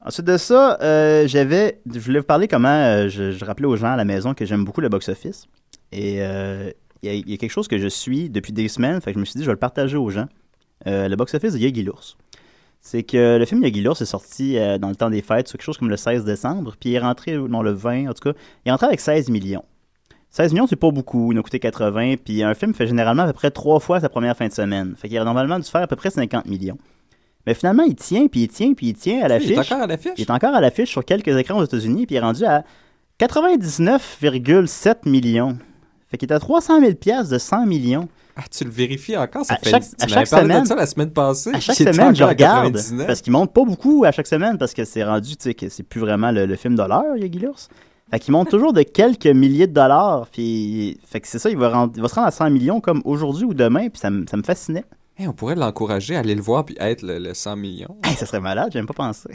S6: Ensuite de ça, euh, j'avais, je voulais vous parler comment euh, je, je rappelais aux gens à la maison que j'aime beaucoup le box-office. Et euh, il y, a- il y a quelque chose que je suis depuis des semaines, fait que je me suis dit je vais le partager aux gens. Euh, le box-office de Yogi l'ours. C'est que le film Yogi l'ours est sorti euh, dans le temps des fêtes, sur quelque chose comme le 16 décembre, puis il est rentré, non le 20 en tout cas, il est rentré avec 16 millions. 16 millions, c'est pas beaucoup. Il nous a coûté 80. Puis un film fait généralement à peu près trois fois sa première fin de semaine. Fait qu'il aurait normalement dû faire à peu près 50 millions. Mais finalement, il tient, puis il tient, puis il tient à l'affiche.
S9: Il est encore à l'affiche?
S6: Il est encore à l'affiche sur quelques écrans aux États-Unis, puis il est rendu à 99,7 millions. Fait qu'il est à 300 000 piastres de 100 millions.
S9: Ah, tu le vérifies encore? Ça
S6: À
S9: fait...
S6: chaque-
S9: tu
S6: à
S9: m'avais
S6: chaque
S9: parlé
S6: semaine-
S9: de ça la semaine passée.
S6: À chaque
S9: qui était
S6: semaine, je
S9: encore à
S6: regarde.
S9: 99.
S6: Parce qu'il monte pas beaucoup à chaque semaine parce que c'est rendu, tu sais, que c'est plus vraiment le, le film de l'heure, Yogi l'ours. Fait qu'il monte toujours de quelques milliers de dollars. Puis, fait que c'est ça, il va, rendre- il va se rendre à 100 millions comme aujourd'hui ou demain. Puis ça, me- ça me fascinait. [LAUGHS]
S9: Hey, on pourrait l'encourager à aller le voir puis être le, le 100 millions.
S6: Hey, ça serait malade, j'aime pas penser.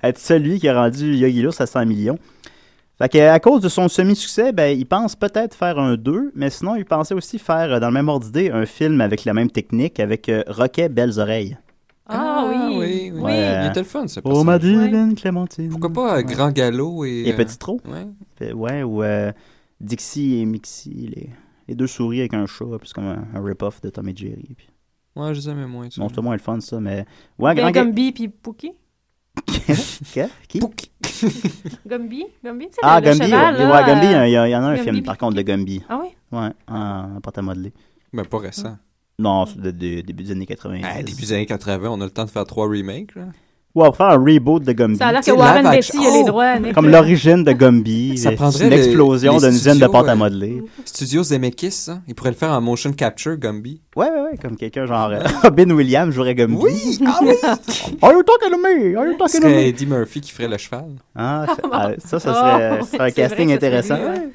S6: Être celui qui a rendu Yogi Lurs à 100 millions. Fait que, à cause de son semi-succès, ben, il pense peut-être faire un 2, mais sinon, il pensait aussi faire, euh, dans le même ordre d'idée, un film avec la même technique, avec euh, Roquet Belles Oreilles.
S10: Ah, oui.
S9: oui, oui.
S6: Ouais.
S9: Il était le fun, ce
S6: Oh, ma
S9: personnage.
S6: divine Clémentine.
S9: Pourquoi pas euh, Grand Galop et...
S6: Et
S9: euh,
S6: Petit Trot.
S9: Ouais.
S6: Fait- Ouais, ou euh, Dixie et Mixie, les, les deux souris avec un chat, puis c'est comme un, un rip-off de Tom et Jerry. puis-
S9: Ouais, je les aimais moins. tu
S6: Non,
S9: sais.
S6: c'était moins le fun, ça, mais. Ouais, Ah, grand gars.
S10: Ben, Gumby puis Pookie.
S6: [LAUGHS]
S9: [LAUGHS]
S6: Qu'est- Qui
S10: Gumby? Gumby, tu sais,
S6: Ah,
S10: le, le
S6: Gumby.
S10: cheval,
S6: ouais,
S10: là,
S6: ouais, Gumby, il y a- il y,
S10: euh,
S6: en a un
S10: Gumby
S6: film,
S10: puis-
S6: par contre, de Gumby.
S10: Ah oui?
S6: Ouais, en porte à modeler.
S9: Mais Ben, pas récent.
S6: Non, c'est de, de- début des années 80.
S9: Ah, début des années 80, on a le temps de faire trois remakes. Là.
S6: Ouais, on va faire un reboot de Gumby.
S10: Ça a l'air que
S9: Tu sais,
S10: Warren
S9: live
S10: Betty
S9: action.
S10: a les
S9: Oh!
S10: droits. avec,
S6: Comme
S10: euh,
S6: l'origine de Gumby.
S9: [LAUGHS] Ça
S6: c'est
S9: prendrait
S6: une
S9: les-
S6: explosion
S9: les
S6: d'une dizaine de
S9: studios,
S6: pâtes à
S9: euh,
S6: modeler.
S9: Studio Zemeckis, ça. Ils pourraient le faire en motion capture, Gumby.
S6: Ouais, ouais, ouais, comme quelqu'un genre euh, [LAUGHS] Ben Williams jouerait Gumby.
S9: Oui,
S6: [LAUGHS]
S9: ah
S6: oui! Are you talking to me? Are you
S9: Ce
S6: talking to
S9: serait
S6: me?
S9: Eddie Murphy qui ferait le cheval. [LAUGHS]
S6: Ah, ça- ah, ça, ça serait,
S10: [LAUGHS]
S6: ça serait
S9: Oh,
S6: un
S9: c'est vrai
S6: casting
S9: que ça serait
S6: intéressant.
S9: lui,
S10: ouais.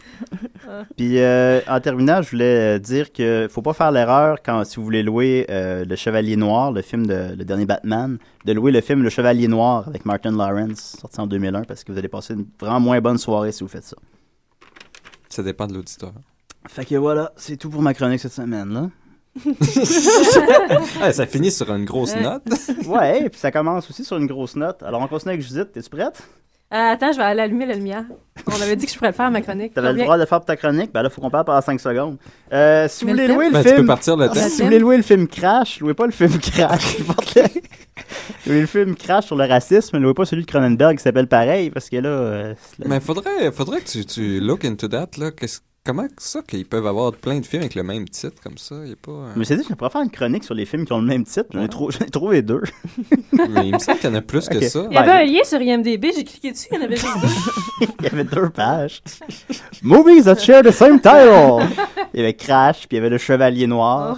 S6: Puis euh, en terminant, je voulais euh, dire que faut pas faire l'erreur quand si vous voulez louer euh, Le Chevalier Noir, le film de le dernier Batman, de louer le film Le Chevalier Noir avec Martin Lawrence sorti en 2001 parce que vous allez passer une vraiment moins bonne soirée si vous faites ça.
S9: Ça dépend de [LAUGHS] l'auditeur.
S6: Fait que voilà, c'est tout pour ma chronique cette semaine là.
S9: Ah, ça finit sur une
S10: [LAUGHS]
S9: grosse note.
S6: [LAUGHS] ouais, puis ça commence aussi sur une grosse note. Alors on continue avec Judith, t'es-tu prête?
S10: Ah, attends, je vais aller allumer la lumière. On avait dit que je pourrais le faire, ma chronique.
S6: T'avais le
S10: Combien-
S6: droit de faire pour ta chronique, ben là faut qu'on parle pendant 5 secondes. Euh, si vous voulez
S10: Mais le
S6: louer
S9: Ben,
S6: le
S9: tu peux
S6: film...
S9: partir le
S6: Si
S9: temps.
S6: vous voulez louer le film Crash, louez pas le film Crash. [LAUGHS] N'importe lequel. louez le film Crash sur le racisme, louez pas celui de Cronenberg qui s'appelle pareil, parce que là... euh, c'est le-
S9: Mais faudrait, faudrait que tu, tu look into that. Là. Qu'est-ce- comment ça qu'ils peuvent avoir plein de films avec le même titre comme ça? Il y a pas, euh,
S6: Mais c'est dit, je pourrais faire une chronique sur les films qui ont le même titre. J'en ai, trou- [LAUGHS] j'en ai trouvé deux.
S9: Mais il me semble qu'il y en a plus que
S6: Ok.
S9: ça.
S10: Il y avait un lien sur IMDB, j'ai cliqué dessus, il y en avait juste
S6: [LAUGHS]
S10: deux.
S6: Il y avait deux pages. Movies that share the same title. Il y avait Crash, puis il y avait Le Chevalier Noir.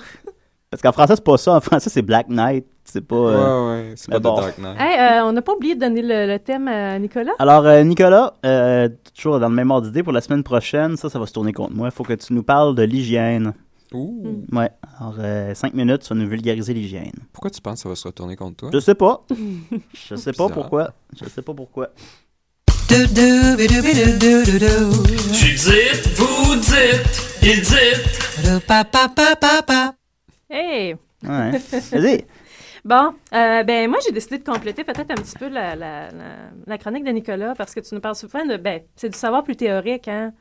S6: Parce qu'en français, c'est pas ça. En français, c'est Black Knight. C'est pas. euh,
S9: Ouais, ouais, c'est
S6: mais
S9: pas
S6: bon.
S9: The Dark Knight.
S10: Hey, euh, on n'a pas oublié de donner le, le thème à Nicolas.
S6: Alors, euh, Nicolas, euh, toujours dans le même ordre d'idée, pour la semaine prochaine, ça, ça va se tourner contre moi. Il faut que tu nous parles de l'hygiène.
S9: Ouh.
S10: Hmm.
S6: Ouais. Alors, euh, cinq minutes, tu vas nous vulgariser l'hygiène.
S9: Pourquoi tu penses que ça va se retourner contre toi?
S6: Je sais pas. Je sais pas
S9: Bizarre.
S6: pourquoi. Je sais pas pourquoi.
S20: Tu dites, vous dites, ils dites.
S10: Hey!
S6: Ouais. Vas-y.
S10: Bon, euh, ben moi j'ai décidé de compléter peut-être un petit peu la, la- la- la chronique de Nicolas parce que tu nous parles souvent de ben c'est du savoir plus théorique hein.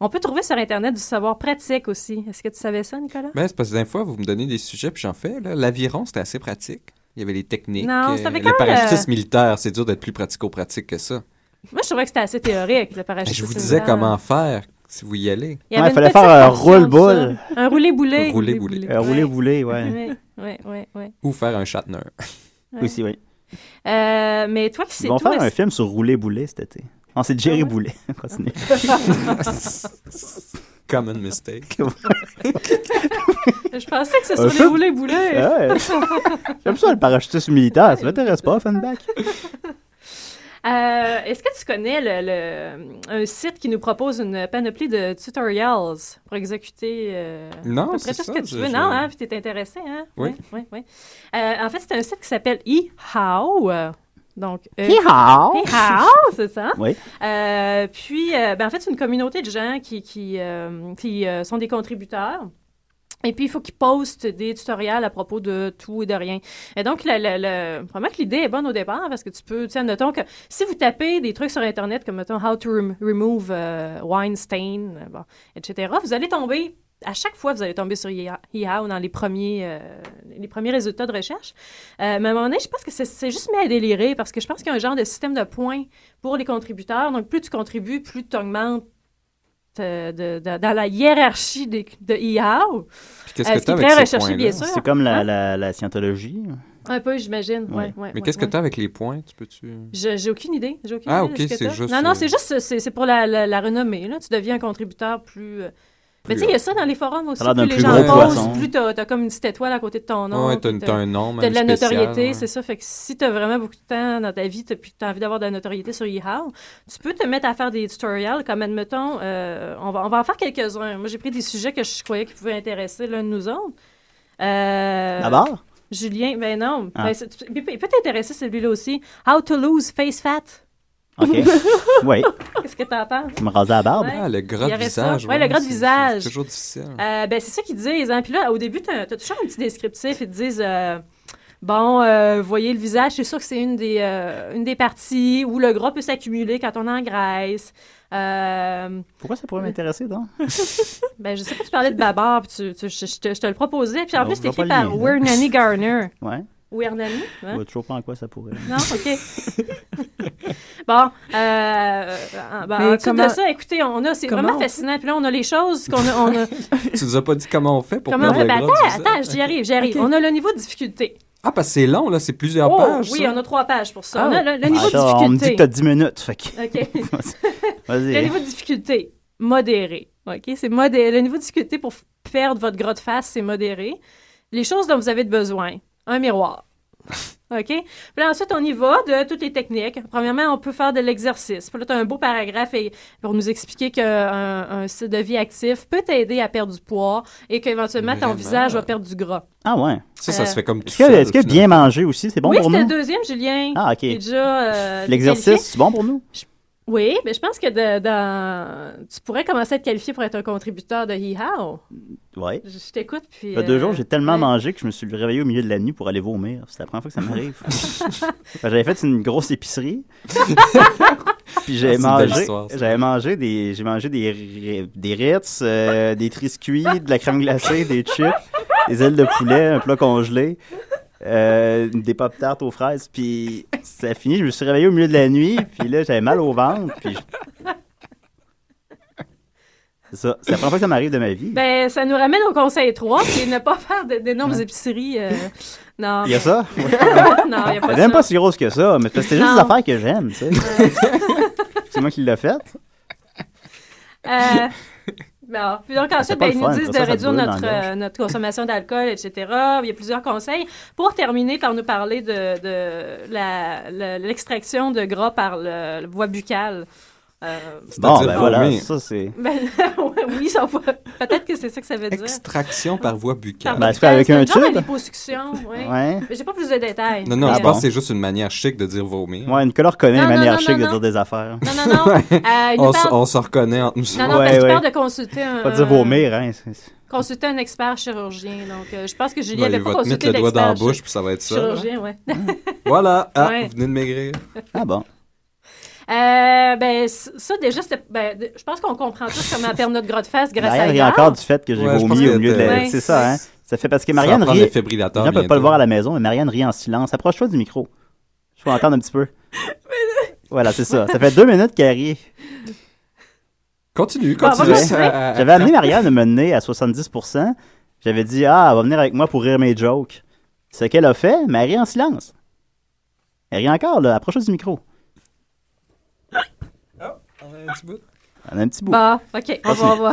S10: On peut trouver sur internet du savoir pratique aussi. Est-ce que tu savais ça Nicolas
S9: Ben, c'est parce que des fois, vous me donnez des sujets, puis j'en fais. là. L'aviron, c'était assez pratique. Il y avait les techniques.
S10: Non,
S9: euh,
S10: ça fait
S9: le
S10: quand même,
S9: parachutisme
S10: euh,
S9: militaire, c'est dur d'être plus pratico-pratique que ça.
S10: Moi je trouvais que c'était assez théorique le
S9: Ben,
S10: parachute.
S9: je vous disais comment faire si vous y allez.
S10: Il y avait
S6: Ouais,
S10: une
S6: fallait
S10: petite
S6: faire euh, un
S10: portion de
S6: roule-boule.
S10: ça. Un roulé-boulé.
S9: Roulé-boulé.
S6: Euh, rouler, bouler,
S10: Oui,
S6: ouais.
S10: oui, oui, oui.
S9: Ou faire un Shatner. [LAUGHS]
S10: Ouais.
S6: Aussi, oui.
S10: Euh, mais toi Ah qui sais
S6: Ils vont
S10: tout,
S6: faire un
S10: est-ce-
S6: film sur rouler, bouler cet été. Non, c'est Jerry Boulet. [LAUGHS]
S10: [LAUGHS]
S6: Continue.
S9: Common mistake.
S10: je pensais que ce
S6: Un
S10: serait
S6: film-
S10: des roulés-boulés.
S6: Ouais. [LAUGHS] J'aime ça, le parachutisme militaire. Ça m'intéresse pas, Funback.
S10: Euh, Est-ce que tu connais le, le- un site qui nous propose une panoplie de tutorials pour exécuter euh,
S9: Non,
S10: à peu
S9: c'est
S10: près tout ce
S9: ça,
S10: que tu
S9: je-
S10: veux?
S9: je-
S10: Non, hein, puis tu es intéressé. Hein?
S9: Oui.
S10: oui, oui. Euh, en fait, c'est un site qui s'appelle eHow. euh, Donc, euh,
S6: Hee-haw!
S10: Hee-haw, ah, c'est ça.
S6: Oui.
S10: Euh, puis, euh, ben, en fait, c'est une communauté de gens qui, qui, euh, qui euh, sont des contributeurs. Et puis, il faut qu'ils postent des tutoriels à propos de tout et de rien. Et donc, le, le- le- vraiment que l'idée est bonne au départ parce que tu peux, tu sais, notons que si vous tapez des trucs sur Internet comme, mettons, how to rem- remove euh, wine stain, euh, bon, etc., vous allez tomber, à chaque fois, vous allez tomber sur Yahoo dans les premiers, euh, les premiers résultats de recherche. Euh, mais à un moment donné, je pense que c'est- c'est juste mis à délirer parce que je pense qu'il y a un genre de système de points pour les contributeurs. Donc, plus tu contribues, plus tu augmentes euh, de- de- dans la hiérarchie des- de Yahoo.
S9: Puis qu'est-ce que
S10: tu
S9: t'as avec ces points-là?
S10: bien sûr. Euh.
S6: C'est comme la, la, la scientologie.
S10: Un peu, j'imagine. Ouais, ouais,
S9: Mais
S10: ouais,
S9: qu'est-ce
S10: ouais.
S9: que t'as avec les points? Tu peux-tu...
S10: Je- J'ai aucune idée. J'ai aucune
S9: Ah,
S10: idée de
S9: ok,
S10: ce que
S9: c'est
S10: t'as.
S9: juste,
S10: Non, non,
S9: euh,
S10: c'est juste, c'est c'est pour la, la, la renommée. Là. Tu deviens un contributeur plus. euh, Mais
S9: Plus
S10: tu sais, il y a ça dans les forums aussi.
S6: Ça a l'air
S10: Plus
S6: d'un
S10: les
S6: plus
S10: gens
S6: gros
S10: posent,
S6: poisson.
S10: plus t'as as comme une petite étoile à côté de ton nom.
S9: ouais, t'as,
S10: puis
S9: t'as un nom même
S10: T'as de la
S9: spécial,
S10: notoriété,
S9: ouais.
S10: c'est ça. Fait que si t'as vraiment beaucoup de temps dans ta vie, t'as- puis t'as envie d'avoir de la notoriété sur eHow, tu peux te mettre à faire des tutorials, comme admettons, euh, on, va, on va en faire quelques-uns. Moi, j'ai pris des sujets que je croyais qui pouvaient intéresser l'un de nous autres. Euh,
S6: D'abord?
S10: Julien, ben non.
S6: Ah.
S10: Ben, c'est- il peut il peut t'intéresser celui-là aussi. How to lose face fat. [LAUGHS]
S6: OK. oui.
S10: Qu'est-ce que t'en penses?
S6: Tu me rasais la barbe.
S10: Ouais.
S9: Ah, le gras
S10: Il y
S9: de
S10: aurait ça.
S9: visage.
S10: Ouais, le gras de
S9: c'est- c'est-
S10: visage.
S9: C'est toujours difficile.
S10: Euh, ben, c'est ça qu'ils disent. Hein. Puis là, au début, tu as, toujours un petit descriptif. Ils te disent euh, Bon, euh, vous voyez le visage, c'est sûr que c'est une, des, euh, une des parties où le gras peut s'accumuler quand on engraisse. Euh,
S6: Pourquoi ça pourrait m'intéresser, donc?
S10: ben, je sais que tu parlais de Babar, puis tu, tu- je, je te, je te le proposais. Puis en
S6: Alors,
S10: plus, c'est
S6: on va
S10: écrit
S6: pas le
S10: par
S6: lire, là.
S10: Wernani Garner.
S6: [LAUGHS] Ouais.
S10: Wernani?
S6: Je
S10: hein?
S6: vois toujours pas en quoi ça pourrait.
S10: Non,
S6: [LAUGHS]
S10: OK. bon, euh, en- ben,
S8: Mais
S10: en dessous
S8: comment-
S10: de ça, écoutez, on a, c'est
S8: comment
S10: vraiment
S8: on-
S10: fascinant. Puis là, on a les choses qu'on a, on a-
S9: tu nous as pas dit comment on fait pour
S10: comment on
S9: perdre
S10: fait.
S9: le
S10: Ben,
S9: gras du
S10: attends,
S9: visage.
S10: attends, j'y arrive, j'y arrive. On a le niveau de difficulté.
S9: Ah, parce que c'est long, là, c'est plusieurs
S10: oh,
S9: pages.
S10: oui,
S9: ça.
S10: on a trois pages pour ça.
S9: Ah.
S10: On a le, le niveau
S6: Ah, ça, on me dit
S10: de
S6: que
S10: difficulté.
S6: t'as 10 minutes, fait que... [LAUGHS]
S10: OK.
S6: Vas-y.
S10: Le niveau de difficulté, modéré. OK? C'est modé- Le niveau de difficulté pour f- perdre votre gras de face, c'est modéré. Les choses dont vous avez de besoin, un miroir. OK? Puis là, ensuite, on y va de toutes les techniques. Premièrement, on peut faire de l'exercice. Puis là, tu as un beau paragraphe et- pour nous expliquer qu'un un style de vie actif peut t'aider à perdre du poids et qu'éventuellement, ton
S6: Vraiment.
S10: visage va perdre du gras.
S6: Ah ouais.
S9: Ça, ça se fait comme tout
S6: Est-ce que,
S9: seul,
S6: est-ce que bien
S9: finalement.
S6: manger aussi, c'est bon
S10: oui,
S6: pour
S10: c'était
S6: nous?
S10: le deuxième, Julien.
S6: Ah, OK.
S10: T'es déjà, euh,
S6: L'exercice,
S10: qualifié.
S6: c'est bon pour nous?
S10: Oui, mais je pense que de- dans- tu pourrais commencer à te qualifier pour être un contributeur de Hee How.
S6: Oui.
S10: Je, je t'écoute, puis...
S6: Il y a deux
S10: euh,
S6: jours, j'ai tellement mangé que je me suis réveillé au milieu de la nuit pour aller vomir. C'est la première fois que ça
S9: [LAUGHS]
S6: m'arrive. Fait que J'avais fait une grosse épicerie. Puis
S9: Ah, c'est
S6: j'ai
S9: une belle
S6: mangé,
S9: histoire, ça.
S6: j'avais mangé des, j'ai mangé des, ri- des Ritz, euh, des triscuits, de la crème glacée, des chips, des ailes de poulet, un plat congelé, euh, des pop tarts aux fraises. Puis ça a fini, je me suis réveillé au milieu de la nuit. Puis là, j'avais mal au ventre. Puis je- c'est ça. C'est la première fois que ça m'arrive de ma vie.
S10: Ben, ça nous ramène au conseil 3, c'est ne pas [LAUGHS] faire de- d'énormes épiceries. euh, Non.
S6: Il y a ça? Ouais.
S10: [LAUGHS] non, il n'y a pas
S6: Elle
S10: ça.
S6: n'est même pas si grosse que ça, mais parce que c'est juste
S10: Non.
S6: des affaires que j'aime,
S9: [LAUGHS]
S6: tu sais. c'est moi qui l'ai faite.
S10: Euh, bon. Puis donc
S6: Ah, c'est
S10: ensuite,
S6: pas
S10: ben,
S6: le
S10: ils nous
S6: fun,
S10: disent
S6: ça,
S10: de
S6: ça te
S10: réduire
S6: brûle dans la
S10: notre, euh, notre consommation d'alcool, etc. Il y a plusieurs conseils. Pour terminer, par nous parler de, de la- la- l'extraction de gras par le, la voie buccale. Euh, [LAUGHS]
S6: Bon,
S9: C'est-à-dire
S6: ben voilà,
S9: vomir.
S6: ça c'est.
S10: ben, oui, ça va- peut-être que c'est ça que ça veut dire.
S9: Traction par voie buccale.
S6: Ben, c'est pas avec un
S10: genre de
S6: tube.
S10: liposuction, oui.
S6: Ouais.
S10: Mais j'ai pas plus de détails.
S9: Non, non,
S10: Mais-
S9: je pense que c'est juste une manière chic de dire vomir.
S6: Ouais, Nicolas reconnaît
S10: Non,
S6: les
S10: non,
S6: manières
S10: non,
S6: chic de
S10: non,
S6: dire des affaires.
S10: Non,
S6: [LAUGHS]
S10: non, non. Euh, il nous
S9: on, se-
S10: parle-
S9: on se reconnaît entre nous.
S10: Non, non, parce qu'il parle de consulter un,
S6: Pas dire
S10: un-
S6: vomir, hein. c'est-
S10: consulter un expert chirurgien. Donc, euh, je pense que Julie
S9: Ben,
S10: avait
S9: il
S10: pas
S9: va te mettre
S10: consulté
S9: le doigt dans la
S10: d'expert
S9: bouche, puis ça va être ça.
S10: Chirurgien, ouais.
S9: Voilà, ah,
S10: Ouais.
S9: vous venez de maigrir.
S6: Ah bon.
S10: Euh, ben, c- ça, déjà, c'était- ben, de- je pense qu'on comprend tous comment perdre notre gras de face grâce
S6: Marianne
S10: à
S6: rit
S10: Edgar.
S6: encore du fait que j'ai
S9: Ouais, je pense
S6: vomi
S9: que
S6: au milieu de la.
S10: t'es-
S6: C'est ça, hein. Ça fait parce que
S9: Ça va
S6: Marianne
S9: prendre
S6: rit.
S9: le défibrillateur
S6: Les gens peuvent pas
S9: bientôt.
S6: le voir à la maison, mais Marianne rit en silence. Approche-toi du micro. Je peux entendre un petit
S10: [LAUGHS]
S6: peu. Voilà, c'est ça. Ça fait deux minutes qu'elle rit.
S9: Continue,
S10: Bon, on va
S9: continue.
S10: continuer.
S9: Euh, euh,
S6: J'avais amené Marianne à me mener à 70%. J'avais dit, ah, elle va venir avec moi pour rire mes jokes. Ce qu'elle a fait, mais elle rit en silence. Elle rit encore, là. Approche du micro.
S9: un petit bout.
S6: Elle a un petit bout.
S10: Bah, OK, on va, on, va...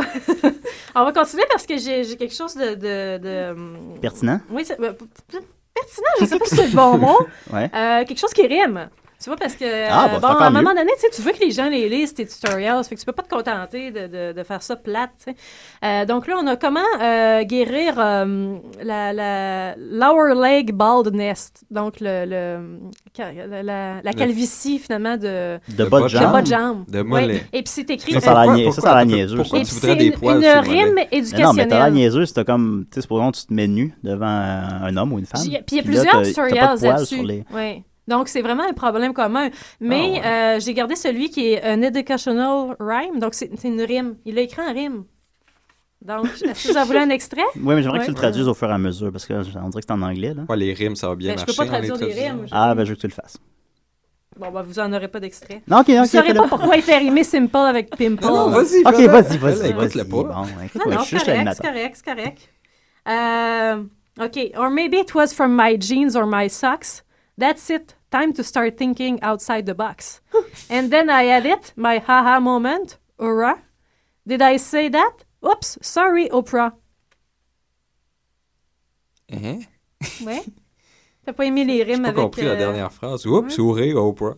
S10: [LAUGHS] on va continuer parce que j'ai j'ai quelque chose de... de- de-
S6: Pertinent.
S10: Oui, c'est- euh, p- p- pertinent,
S6: [LAUGHS]
S10: je sais pas si c'est le bon mot.
S6: Ouais.
S10: Euh, quelque chose qui rime. Tu vois, parce que
S6: Ah, bah,
S10: euh,
S6: c'est
S10: bon,
S6: encore
S10: à un
S6: mieux.
S10: moment donné, tu sais, tu veux que les gens les lisent, tes tutorials. Fait que tu peux pas te contenter de, de- de faire ça plate. tu sais. Euh, donc là, on a comment euh, guérir euh, la, la lower leg baldness, donc le, le- ca- la, la- la
S9: Le-
S10: calvitie finalement de,
S6: De bas de
S10: de bas
S6: jambe.
S10: de jambe.
S9: De
S10: Oui.
S9: mollet.
S10: Et puis c'est écrit.
S6: Ça, ça a
S10: euh,
S6: l'air
S9: Pourquoi-
S6: niais- ça,
S9: pourquoi-
S6: ça a l'air niaiseux.
S9: pourquoi
S10: et
S9: tu
S10: puis
S9: voudrais
S10: c'est
S9: des
S10: une,
S9: poils
S10: une
S9: sur le mollet?
S10: rime
S6: Mais non, mais t'as l'air
S10: éducationnelle.
S6: niaiseux, c'est comme, tu sais, supposons que tu te mets nu devant un un homme ou une femme.
S10: J'y- Puis il y a
S6: là,
S10: plusieurs
S6: t'as- t'as pas de
S10: tutorials
S6: poils
S10: là-dessus.
S6: sur les- Ah,
S10: Oui. Donc, c'est vraiment un problème commun. Mais euh, j'ai gardé celui qui est un educational rhyme. Donc, c'est c'est une rime. Il l'a écrit en rime.
S6: [LAUGHS]
S10: Donc, est-ce que vous en voulez un extrait?
S6: Oui, mais j'aimerais que
S10: Ouais.
S6: tu le traduises au fur et à mesure, parce que on dirait que c'est en anglais, là.
S9: Ouais, les rimes, ça va bien
S10: Ben, je
S9: marcher.
S10: peux pas
S9: en
S10: traduire les
S9: introduisant.
S10: rimes.
S6: Ah, ben, je veux que tu le fasses.
S10: Bon, ben, vous en aurez pas d'extrait.
S6: Non, ok,
S10: Vous
S6: ok.
S10: ne saurez
S6: fais-le.
S10: pas pourquoi il fait rimer simple avec pimple.
S9: Non, non, vas-y.
S6: Ok,
S9: fais-le.
S6: vas-y, vas-y, vas-y.
S9: Fais-le, écoute-le pas.
S6: Bon, écoute,
S10: Ah, Non,
S6: moi,
S10: non,
S6: je suis
S10: c'est
S6: juste
S10: correct,
S6: animateur.
S10: c'est correct, c'est correct. Euh, OK. Or maybe it was from my jeans or my socks. That's it. Time to start thinking outside the box. And then I had it, my haha moment. Hurrah. Did I say that? Oops, sorry, Oprah.
S9: Hein?
S10: Ouais. T'as pas aimé les rimes
S9: J'ai pas
S10: avec...
S9: compris la
S10: euh,
S9: dernière phrase. Oups, sourire, Oprah.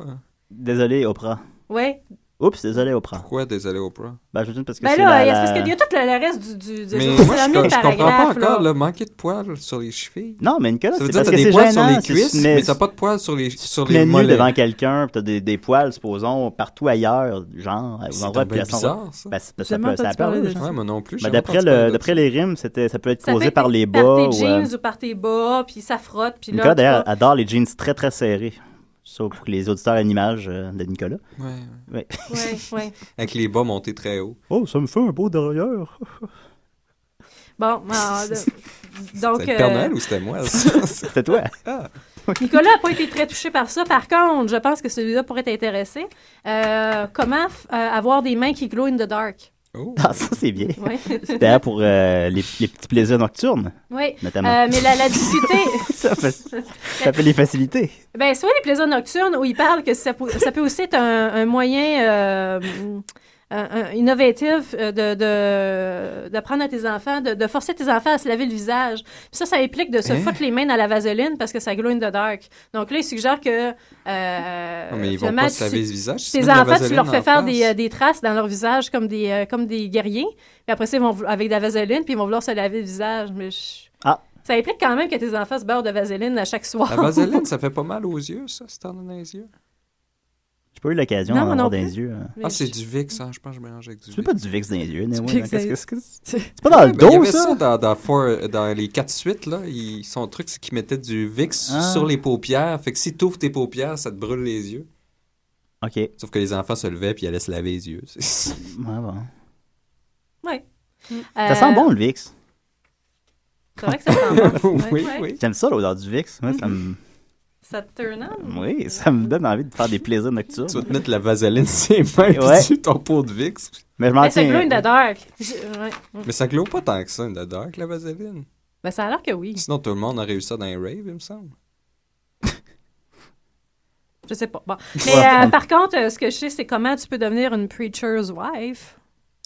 S6: Désolé, Oprah.
S10: Ouais.
S6: Oups, désolé, Oprah.
S9: Pourquoi désolé, Oprah?
S6: Ben, je me dis parce que
S10: Ben
S6: c'est la,
S10: là, il y a-
S6: la-
S10: parce qu'il y a tout le, le reste du... du, du
S9: Mais
S10: c'est
S9: moi,
S10: un
S9: je,
S10: mille
S9: co- je comprends pas
S10: paragraphes, là.
S9: encore, là, manquer de poils sur les chevilles.
S6: Non, mais Nicolas,
S9: Ça
S6: c'est
S9: veut dire
S6: parce que
S9: que t'as
S6: c'est
S9: des poils sur
S6: gênant.
S9: les
S6: c'est-
S9: cuisses,
S6: mais-
S9: mais t'as pas de poils sur les, sur
S6: Tu
S9: les
S6: mets nu
S9: mollets.
S6: devant quelqu'un, puis t'as des, des poils, supposons, partout ailleurs, genre, aux
S9: C'est
S6: endroits,
S9: donc
S6: puis
S9: bien
S6: à son-
S9: bizarre, ça.
S6: Ben, c'est-
S9: J'ai
S6: ça
S9: jamais
S6: peut, ça
S9: entendu
S6: peut
S9: parler
S6: arriver,
S9: de
S6: genre.
S9: ça. Ouais, moi non plus, j'ai
S6: Ben,
S9: jamais
S6: d'après
S9: entendu parler
S6: le,
S9: de
S6: d'après les rimes, c'était, ça peut être
S10: Ça peut
S6: causé
S10: être
S6: par les bas.
S10: Par tes
S6: ou, euh,
S10: jeans ou par tes bas, puis ça frotte, puis là...
S6: Nicolas,
S10: tu
S6: d'ailleurs,
S10: vas-
S6: adore les jeans très, très serrés. Sauf pour que les auditeurs aient une image euh, de Nicolas.
S9: Ouais,
S6: Ouais.
S10: Ouais, ouais.
S9: Avec les bas montés très haut.
S6: Oh, ça me fait un beau [LAUGHS] derrière.
S10: Bon,
S9: [LAUGHS]
S10: alors, de- donc...
S9: C'était le Père
S10: euh,
S9: Noël ou
S10: [LAUGHS]
S9: c'était moi? [LAUGHS] ça?
S6: C'était toi.
S10: Nicolas n'a pas été très touché par ça. Par contre, je pense que celui-là pourrait t'intéresser. Euh, comment f- euh, avoir des mains qui glow in the dark?
S9: Oh.
S6: Ah, ça, c'est bien.
S10: Ouais. [LAUGHS]
S6: C'était D'ailleurs, pour euh, les, les petits plaisirs nocturnes.
S10: Oui,
S6: Notamment.
S10: Euh, mais la, la difficulté...
S6: [LAUGHS] Ça fait- Ça fait les facilités.
S10: Ben, soit les plaisirs nocturnes où il parle que ça, peut- ça peut aussi être un, un moyen euh, un- un- innovatif euh, de, de, d'apprendre à tes enfants, de, de forcer tes enfants à se laver le visage. Puis ça, ça implique de se
S9: Hein?
S10: foutre les mains dans la vaseline parce que ça glow in the dark. Donc là, il suggère que. euh,
S9: Non, mais ils vont
S10: finalement,
S9: pas se
S10: tu-
S9: laver le visage, ils se
S10: Tes
S9: mettent de la
S10: enfants, tu
S9: vaseline
S10: leur fais
S9: en
S10: faire
S9: face.
S10: des, euh, des traces dans leur visage comme des, euh, comme des guerriers. Puis après ça, ils vont, vou- avec de la vaseline, puis ils vont vouloir se laver le visage. Mais je-
S6: Ah.
S10: Ça implique quand même que tes enfants se beurrent de vaseline à chaque soir. [LAUGHS]
S9: La vaseline, ça fait pas mal aux yeux, ça, si t'en as dans les yeux.
S6: J'ai pas eu l'occasion
S10: Non,
S6: d'en
S10: moi
S6: avoir dans
S10: non plus.
S6: les yeux. hein.
S9: Ah, c'est du Vicks, hein? Je pense que je mélange avec du
S6: C'est
S9: Vicks.
S6: pas du Vicks dans les yeux, mais
S9: Vicks dans les-
S6: C'est pas dans le
S9: Ouais, ben, il y
S6: dos,
S9: avait
S6: ça?
S9: dans, dans Four- dans les 4 suites, là, ils- son truc, c'est qu'ils mettaient du Vicks
S6: Ah.
S9: sur les paupières. Fait que si t'ouvres tes paupières, ça te brûle les yeux.
S6: OK.
S9: Sauf que les enfants se levaient puis ils allaient se laver les yeux. [LAUGHS] C'est-
S6: Ouais, bon.
S10: Oui.
S6: Ça
S10: Euh,
S6: sent bon, le Vicks.
S10: C'est vrai que ça sent bon. Ouais, ouais.
S6: J'aime ça, l'odeur du Vicks. Moi, ça me...
S10: Ça te turn
S6: [LAUGHS]
S10: on? Ben,
S6: Oui, ça me donne envie de faire des plaisirs nocturnes. Tu
S9: vas te mettre la vaseline [LAUGHS] sur les mains puis sur ton pot de Vicks.
S6: Mais je m'en
S10: Mais ça glow
S6: Ah, tiens.
S10: in the dark. Je- ouais.
S9: Mais ça glow pas tant que ça, une de dark, la vaseline.
S10: Ben, ça a l'air que oui.
S9: Sinon, tout le monde aurait eu ça dans les raves, il me semble.
S10: Je sais pas. Bon. Mais
S9: Ouais.
S10: euh, par contre, euh, ce que je sais, c'est comment tu peux devenir une preacher's wife.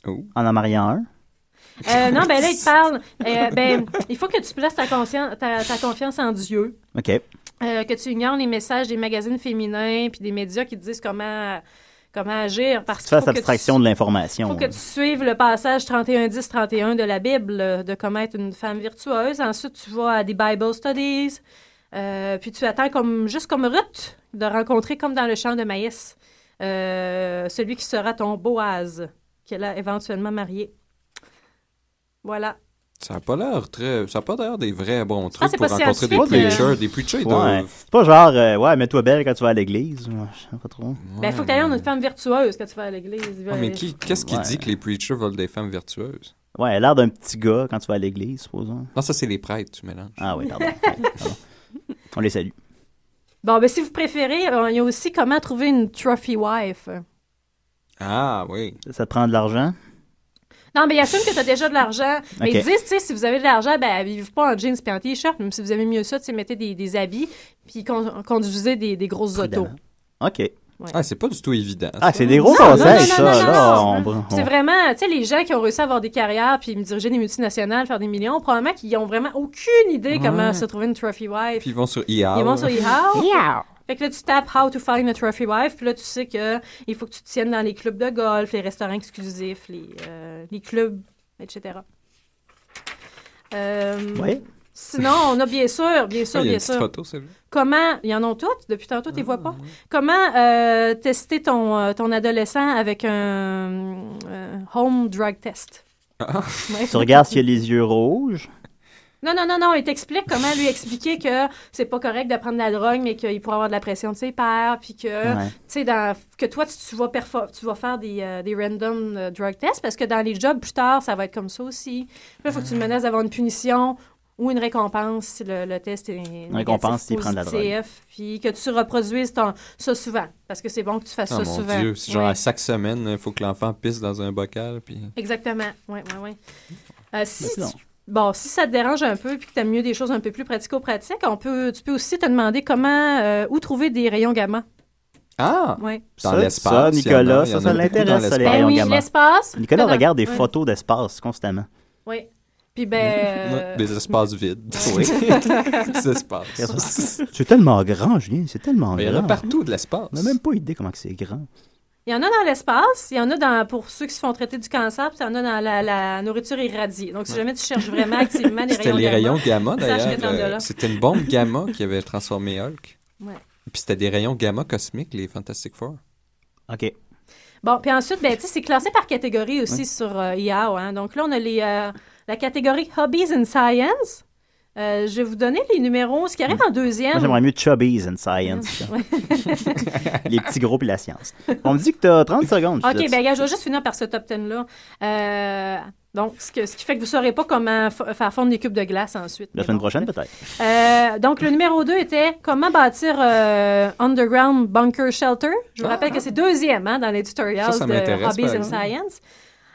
S6: En en mariant un. [LAUGHS]
S10: Euh, non, ben là, il te parle. euh, ben, il faut que tu places ta, conscien- ta- ta confiance en Dieu.
S6: OK.
S10: Euh, que tu ignores les messages des magazines féminins puis des médias qui te disent comment, comment agir.
S6: Tu
S10: Parce qu'il
S6: fasses
S10: faut que
S6: abstraction de l'information.
S10: faut que tu suives le passage 31-10-31 de la Bible euh, de comment être une femme virtueuse. Ensuite, tu vas à des Bible Studies. Euh, puis tu attends comme, juste comme Ruth de rencontrer, comme dans le champ de maïs, euh, celui qui sera ton Boaz, qu'elle a éventuellement marié. Voilà.
S9: Ça a pas l'air très. Ça a pas l'air des vrais bons
S10: Ah,
S9: trucs
S10: c'est
S9: pour
S10: pas
S9: rencontrer des
S10: scientifique, euh.
S9: preachers. Des preachers, ils
S6: Ouais.
S9: doivent-
S6: C'est pas genre, euh, ouais, mets-toi belle quand tu vas à l'église. Ouais, Je sais pas trop.
S10: Ben, Il faut que tu ailles en une femme virtueuse quand tu vas à l'église.
S9: Ah, mais qui- qu'est-ce qui
S6: Ouais.
S9: dit que les preachers veulent des femmes vertueuses?
S6: Ouais, elle a l'air d'un petit gars quand tu vas à l'église, supposons.
S9: Non, ça, c'est les prêtres, tu mélanges.
S6: Ah oui,
S10: [LAUGHS]
S6: pardon. Ouais, pardon. On les salue.
S10: Bon, ben si vous préférez, euh, il y a aussi comment trouver une trophy wife.
S9: Ah oui.
S6: Ça te prend de l'argent?
S10: Non, mais ils assument que tu as déjà de l'argent. Mais
S6: Ok.
S10: ils disent, tu sais, si vous avez de l'argent, ben, vivez pas en jeans puis en t-shirt. Même si vous aimez mieux ça, tu sais, mettez des, des habits puis con- conduisez des, des grosses autos.
S6: OK.
S10: Ouais.
S9: Ah, c'est pas du tout évident.
S6: Ah, c'est des gros
S10: Non, non,
S6: conseils,
S10: non,
S6: ça.
S10: non, non,
S6: là,
S10: non,
S6: on- on-
S10: C'est vraiment, tu sais, les gens qui ont réussi à avoir des carrières puis me diriger des multinationales, faire des millions, probablement qu'ils ont vraiment aucune idée
S9: Ouais.
S10: comment se trouver une trophy wife.
S9: Puis ah ils vont sur E IAO.
S10: Ils vont sur E Yahoo.
S9: Yahoo.
S10: Fait que là, tu tapes How to find a trophy wife, puis là, tu sais que il faut que tu te tiennes dans les clubs de golf, les restaurants exclusifs, les, euh, les clubs, etc. Euh,
S9: Ouais.
S10: Sinon, on a bien sûr, bien sûr,
S9: Ah, il y
S10: bien
S9: a une petite
S10: sûr.
S9: photo, c'est vrai.
S10: Comment, ils en ont toutes, depuis tantôt, tu les
S6: Ah,
S10: vois pas. Comment euh, tester ton, euh, ton adolescent avec un euh, home drug test?
S9: Ah,
S10: [LAUGHS] Ouais.
S6: Tu regardes s'il a les yeux rouges.
S10: Non, non, non, non, il t'explique comment lui expliquer que c'est pas correct de prendre de la drogue, mais qu'il pourrait avoir de la pression de ses pairs, puis que,
S9: Ah,
S6: Ouais.
S10: tu sais, dans- que toi, tu, tu vas, perfo- tu vas faire des, euh, des random euh, drug tests, parce que dans les jobs plus tard, ça va être comme ça aussi. Puis Là, il faut
S6: Ah.
S10: que tu le menaces d'avoir une punition ou une récompense si le, le test est négatif,
S6: récompense s'il prend de la
S10: positif, puis que tu reproduises ton- ça souvent, parce que c'est bon que tu fasses
S9: Ah,
S10: ça
S9: mon
S10: souvent.
S9: Dieu. C'est genre
S10: Ouais.
S9: à chaque semaine, il faut que l'enfant pisse dans un bocal. Puis...
S10: Exactement. Oui, oui, oui. Euh, si
S9: Mais non.
S10: tu- Bon, si ça te dérange un peu et que tu aimes mieux des choses un peu plus pratico-pratiques, on peut, tu peux aussi te demander comment, euh, où trouver des rayons gamma.
S9: Ah!
S10: Ouais. Ben
S9: Dans
S6: Ça,
S9: l'espace.
S6: ça,
S9: il y en a-
S6: Nicolas,
S9: il y en
S6: ça, ça
S9: a beaucoup dans
S6: l'intéresse, ça, les
S9: l'espace.
S6: rayons
S10: oui,
S6: gamma.
S10: l'espace.
S6: Nicolas
S10: Dedans.
S6: regarde des
S10: Ouais.
S6: photos d'espace constamment.
S10: Oui.
S6: [LAUGHS]
S10: Puis, ben. euh,
S9: Des
S10: [LAUGHS]
S9: espaces vides.
S6: Oui.
S9: Des espaces.
S6: C'est tellement grand, Julien, c'est tellement
S9: Mais il y en
S6: grand.
S9: a partout de l'espace.
S6: On n'a même pas idée comment que c'est grand.
S10: Il y en a dans l'espace, il y en a dans, pour ceux qui se font traiter du cancer, puis il y en a dans la, la nourriture irradiée. Donc, si jamais tu cherches vraiment
S6: [LAUGHS]
S10: activement des
S9: C'était
S10: rayons
S9: les rayons gamma,
S10: sache que
S9: d'ailleurs.
S10: t'en as là.
S9: Euh, C'était une bombe gamma qui avait transformé Hulk.
S10: Ouais.
S9: Et Puis c'était des rayons gamma cosmiques, les Fantastic Four.
S6: OK.
S10: Bon, puis ensuite, ben, tu sais, c'est classé par catégorie aussi
S9: Oui.
S10: sur euh, IAO. hein. Donc là, on a les, euh, la catégorie Hobbies in Science. Euh, je vais vous donner les numéros, ce qui arrive en
S6: Moi,
S10: deuxième.
S6: j'aimerais mieux Chubbies and Science.
S10: Ouais.
S6: [LAUGHS]
S10: [LAUGHS]
S6: Les petits groupes et la science. On me dit que t'as 30 secondes. je suis
S10: OK,
S6: là-dessus.
S10: ben gars, je vais juste finir par ce top 10-là. donc, ce, que- ce qui fait que vous ne saurez pas comment f- faire fondre des cubes de glace ensuite.
S6: La
S10: mais
S6: semaine
S10: bon.
S6: prochaine, peut-être.
S10: Euh, donc, le numéro 2 était Comment bâtir euh, Underground Bunker Shelter. Je vous rappelle que c'est deuxième hein, dans les tutorials
S9: Ah. Ça, ça
S10: de
S9: m'intéresse,
S10: Hobbies
S9: par
S10: and
S9: exemple.
S10: Science.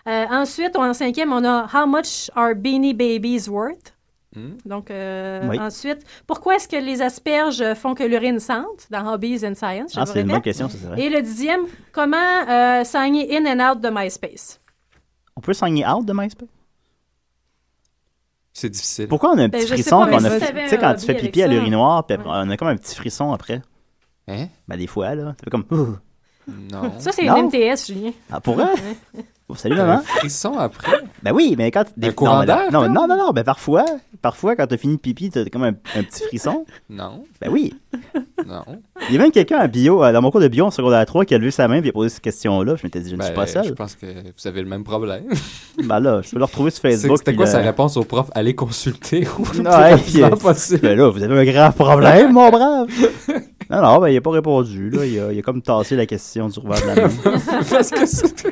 S10: Euh, ensuite, en cinquième, on a How much are Beanie Babies worth?
S9: Hmm.
S10: Donc, euh,
S6: Oui.
S10: ensuite, pourquoi est-ce que les asperges font que l'urine sente dans Hobbies and Science? Je
S6: Ah,
S10: vous
S6: c'est une bonne
S10: répète.
S6: question, ça, c'est vrai.
S10: Et le dixième, comment euh, signer in and out de MySpace?
S6: On peut signer out de MySpace?
S9: C'est difficile.
S6: Pourquoi on a un
S10: Ben,
S6: petit
S10: je sais
S6: frisson
S10: pas,
S6: quand
S10: mais
S6: on a.
S10: si t'avais
S6: Tu sais,
S10: un
S6: quand tu fais
S10: hobby
S6: pipi à
S10: avec ça.
S6: l'urinoir, puis après, on a comme un petit frisson après.
S9: Hein?
S6: Ben, des fois, là. Ça fait comme. Ouh.
S9: [LAUGHS] Non.
S10: Ça, c'est
S6: Non?
S10: une MTS, Julien.
S6: Ah, pour vrai? Oh, salut,
S9: Un
S6: maman.
S9: Euh, frisson après.
S6: Ben oui, mais quand. Des non,
S9: courant
S6: ben,
S9: d'air,
S6: non, non, non, non, ben parfois, parfois quand t'as fini de pipi, t'as comme un, un petit frisson.
S9: Non.
S6: Ben oui.
S9: Non.
S6: Il y a même quelqu'un à bio, euh, dans mon cours de bio en secondaire 3 qui a levé sa main et a posé cette question-là. Je m'étais dit, je ne suis
S9: Ben,
S6: pas
S9: Je
S6: seul.
S9: pense que vous avez le même problème.
S6: Ben là, je peux le retrouver sur Facebook.
S9: C'était
S6: puis
S9: quoi
S6: le-
S9: sa réponse au prof Allez [LAUGHS] consulter. ou
S6: Non,
S9: c'est
S6: hey, puis, euh,
S9: absolument possible.
S6: ben là, vous avez un grave problème, mon
S9: [LAUGHS]
S6: brave. Non, non, ben il n'a pas répondu. Là. Il, a, il a comme tassé la question du revers de la
S9: [LAUGHS]
S6: main.
S9: Parce que c'est.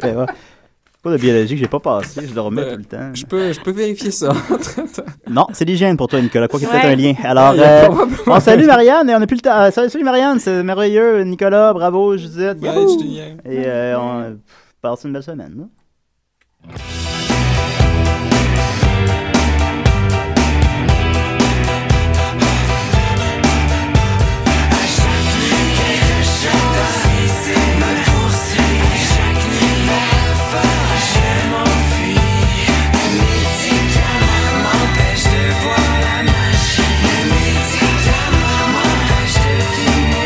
S6: ben, ouais. Pas de biologie que j'ai pas passé, je le remets tout le temps.
S9: Euh, Je peux, je peux vérifier ça.
S6: Non, c'est l'hygiène pour toi, Nicolas. Quoi qu'il y ait peut-être
S9: Ouais.
S6: un lien. Alors,
S9: Il y a
S6: euh,
S9: probablement-
S6: on salue Marianne et on n'a plus le temps. Euh, salut, salut Marianne, c'est merveilleux. Nicolas, bravo, Judith.
S9: Ouais,
S6: yahoo!
S9: Julien.
S6: Et euh, on passe une belle semaine. hein.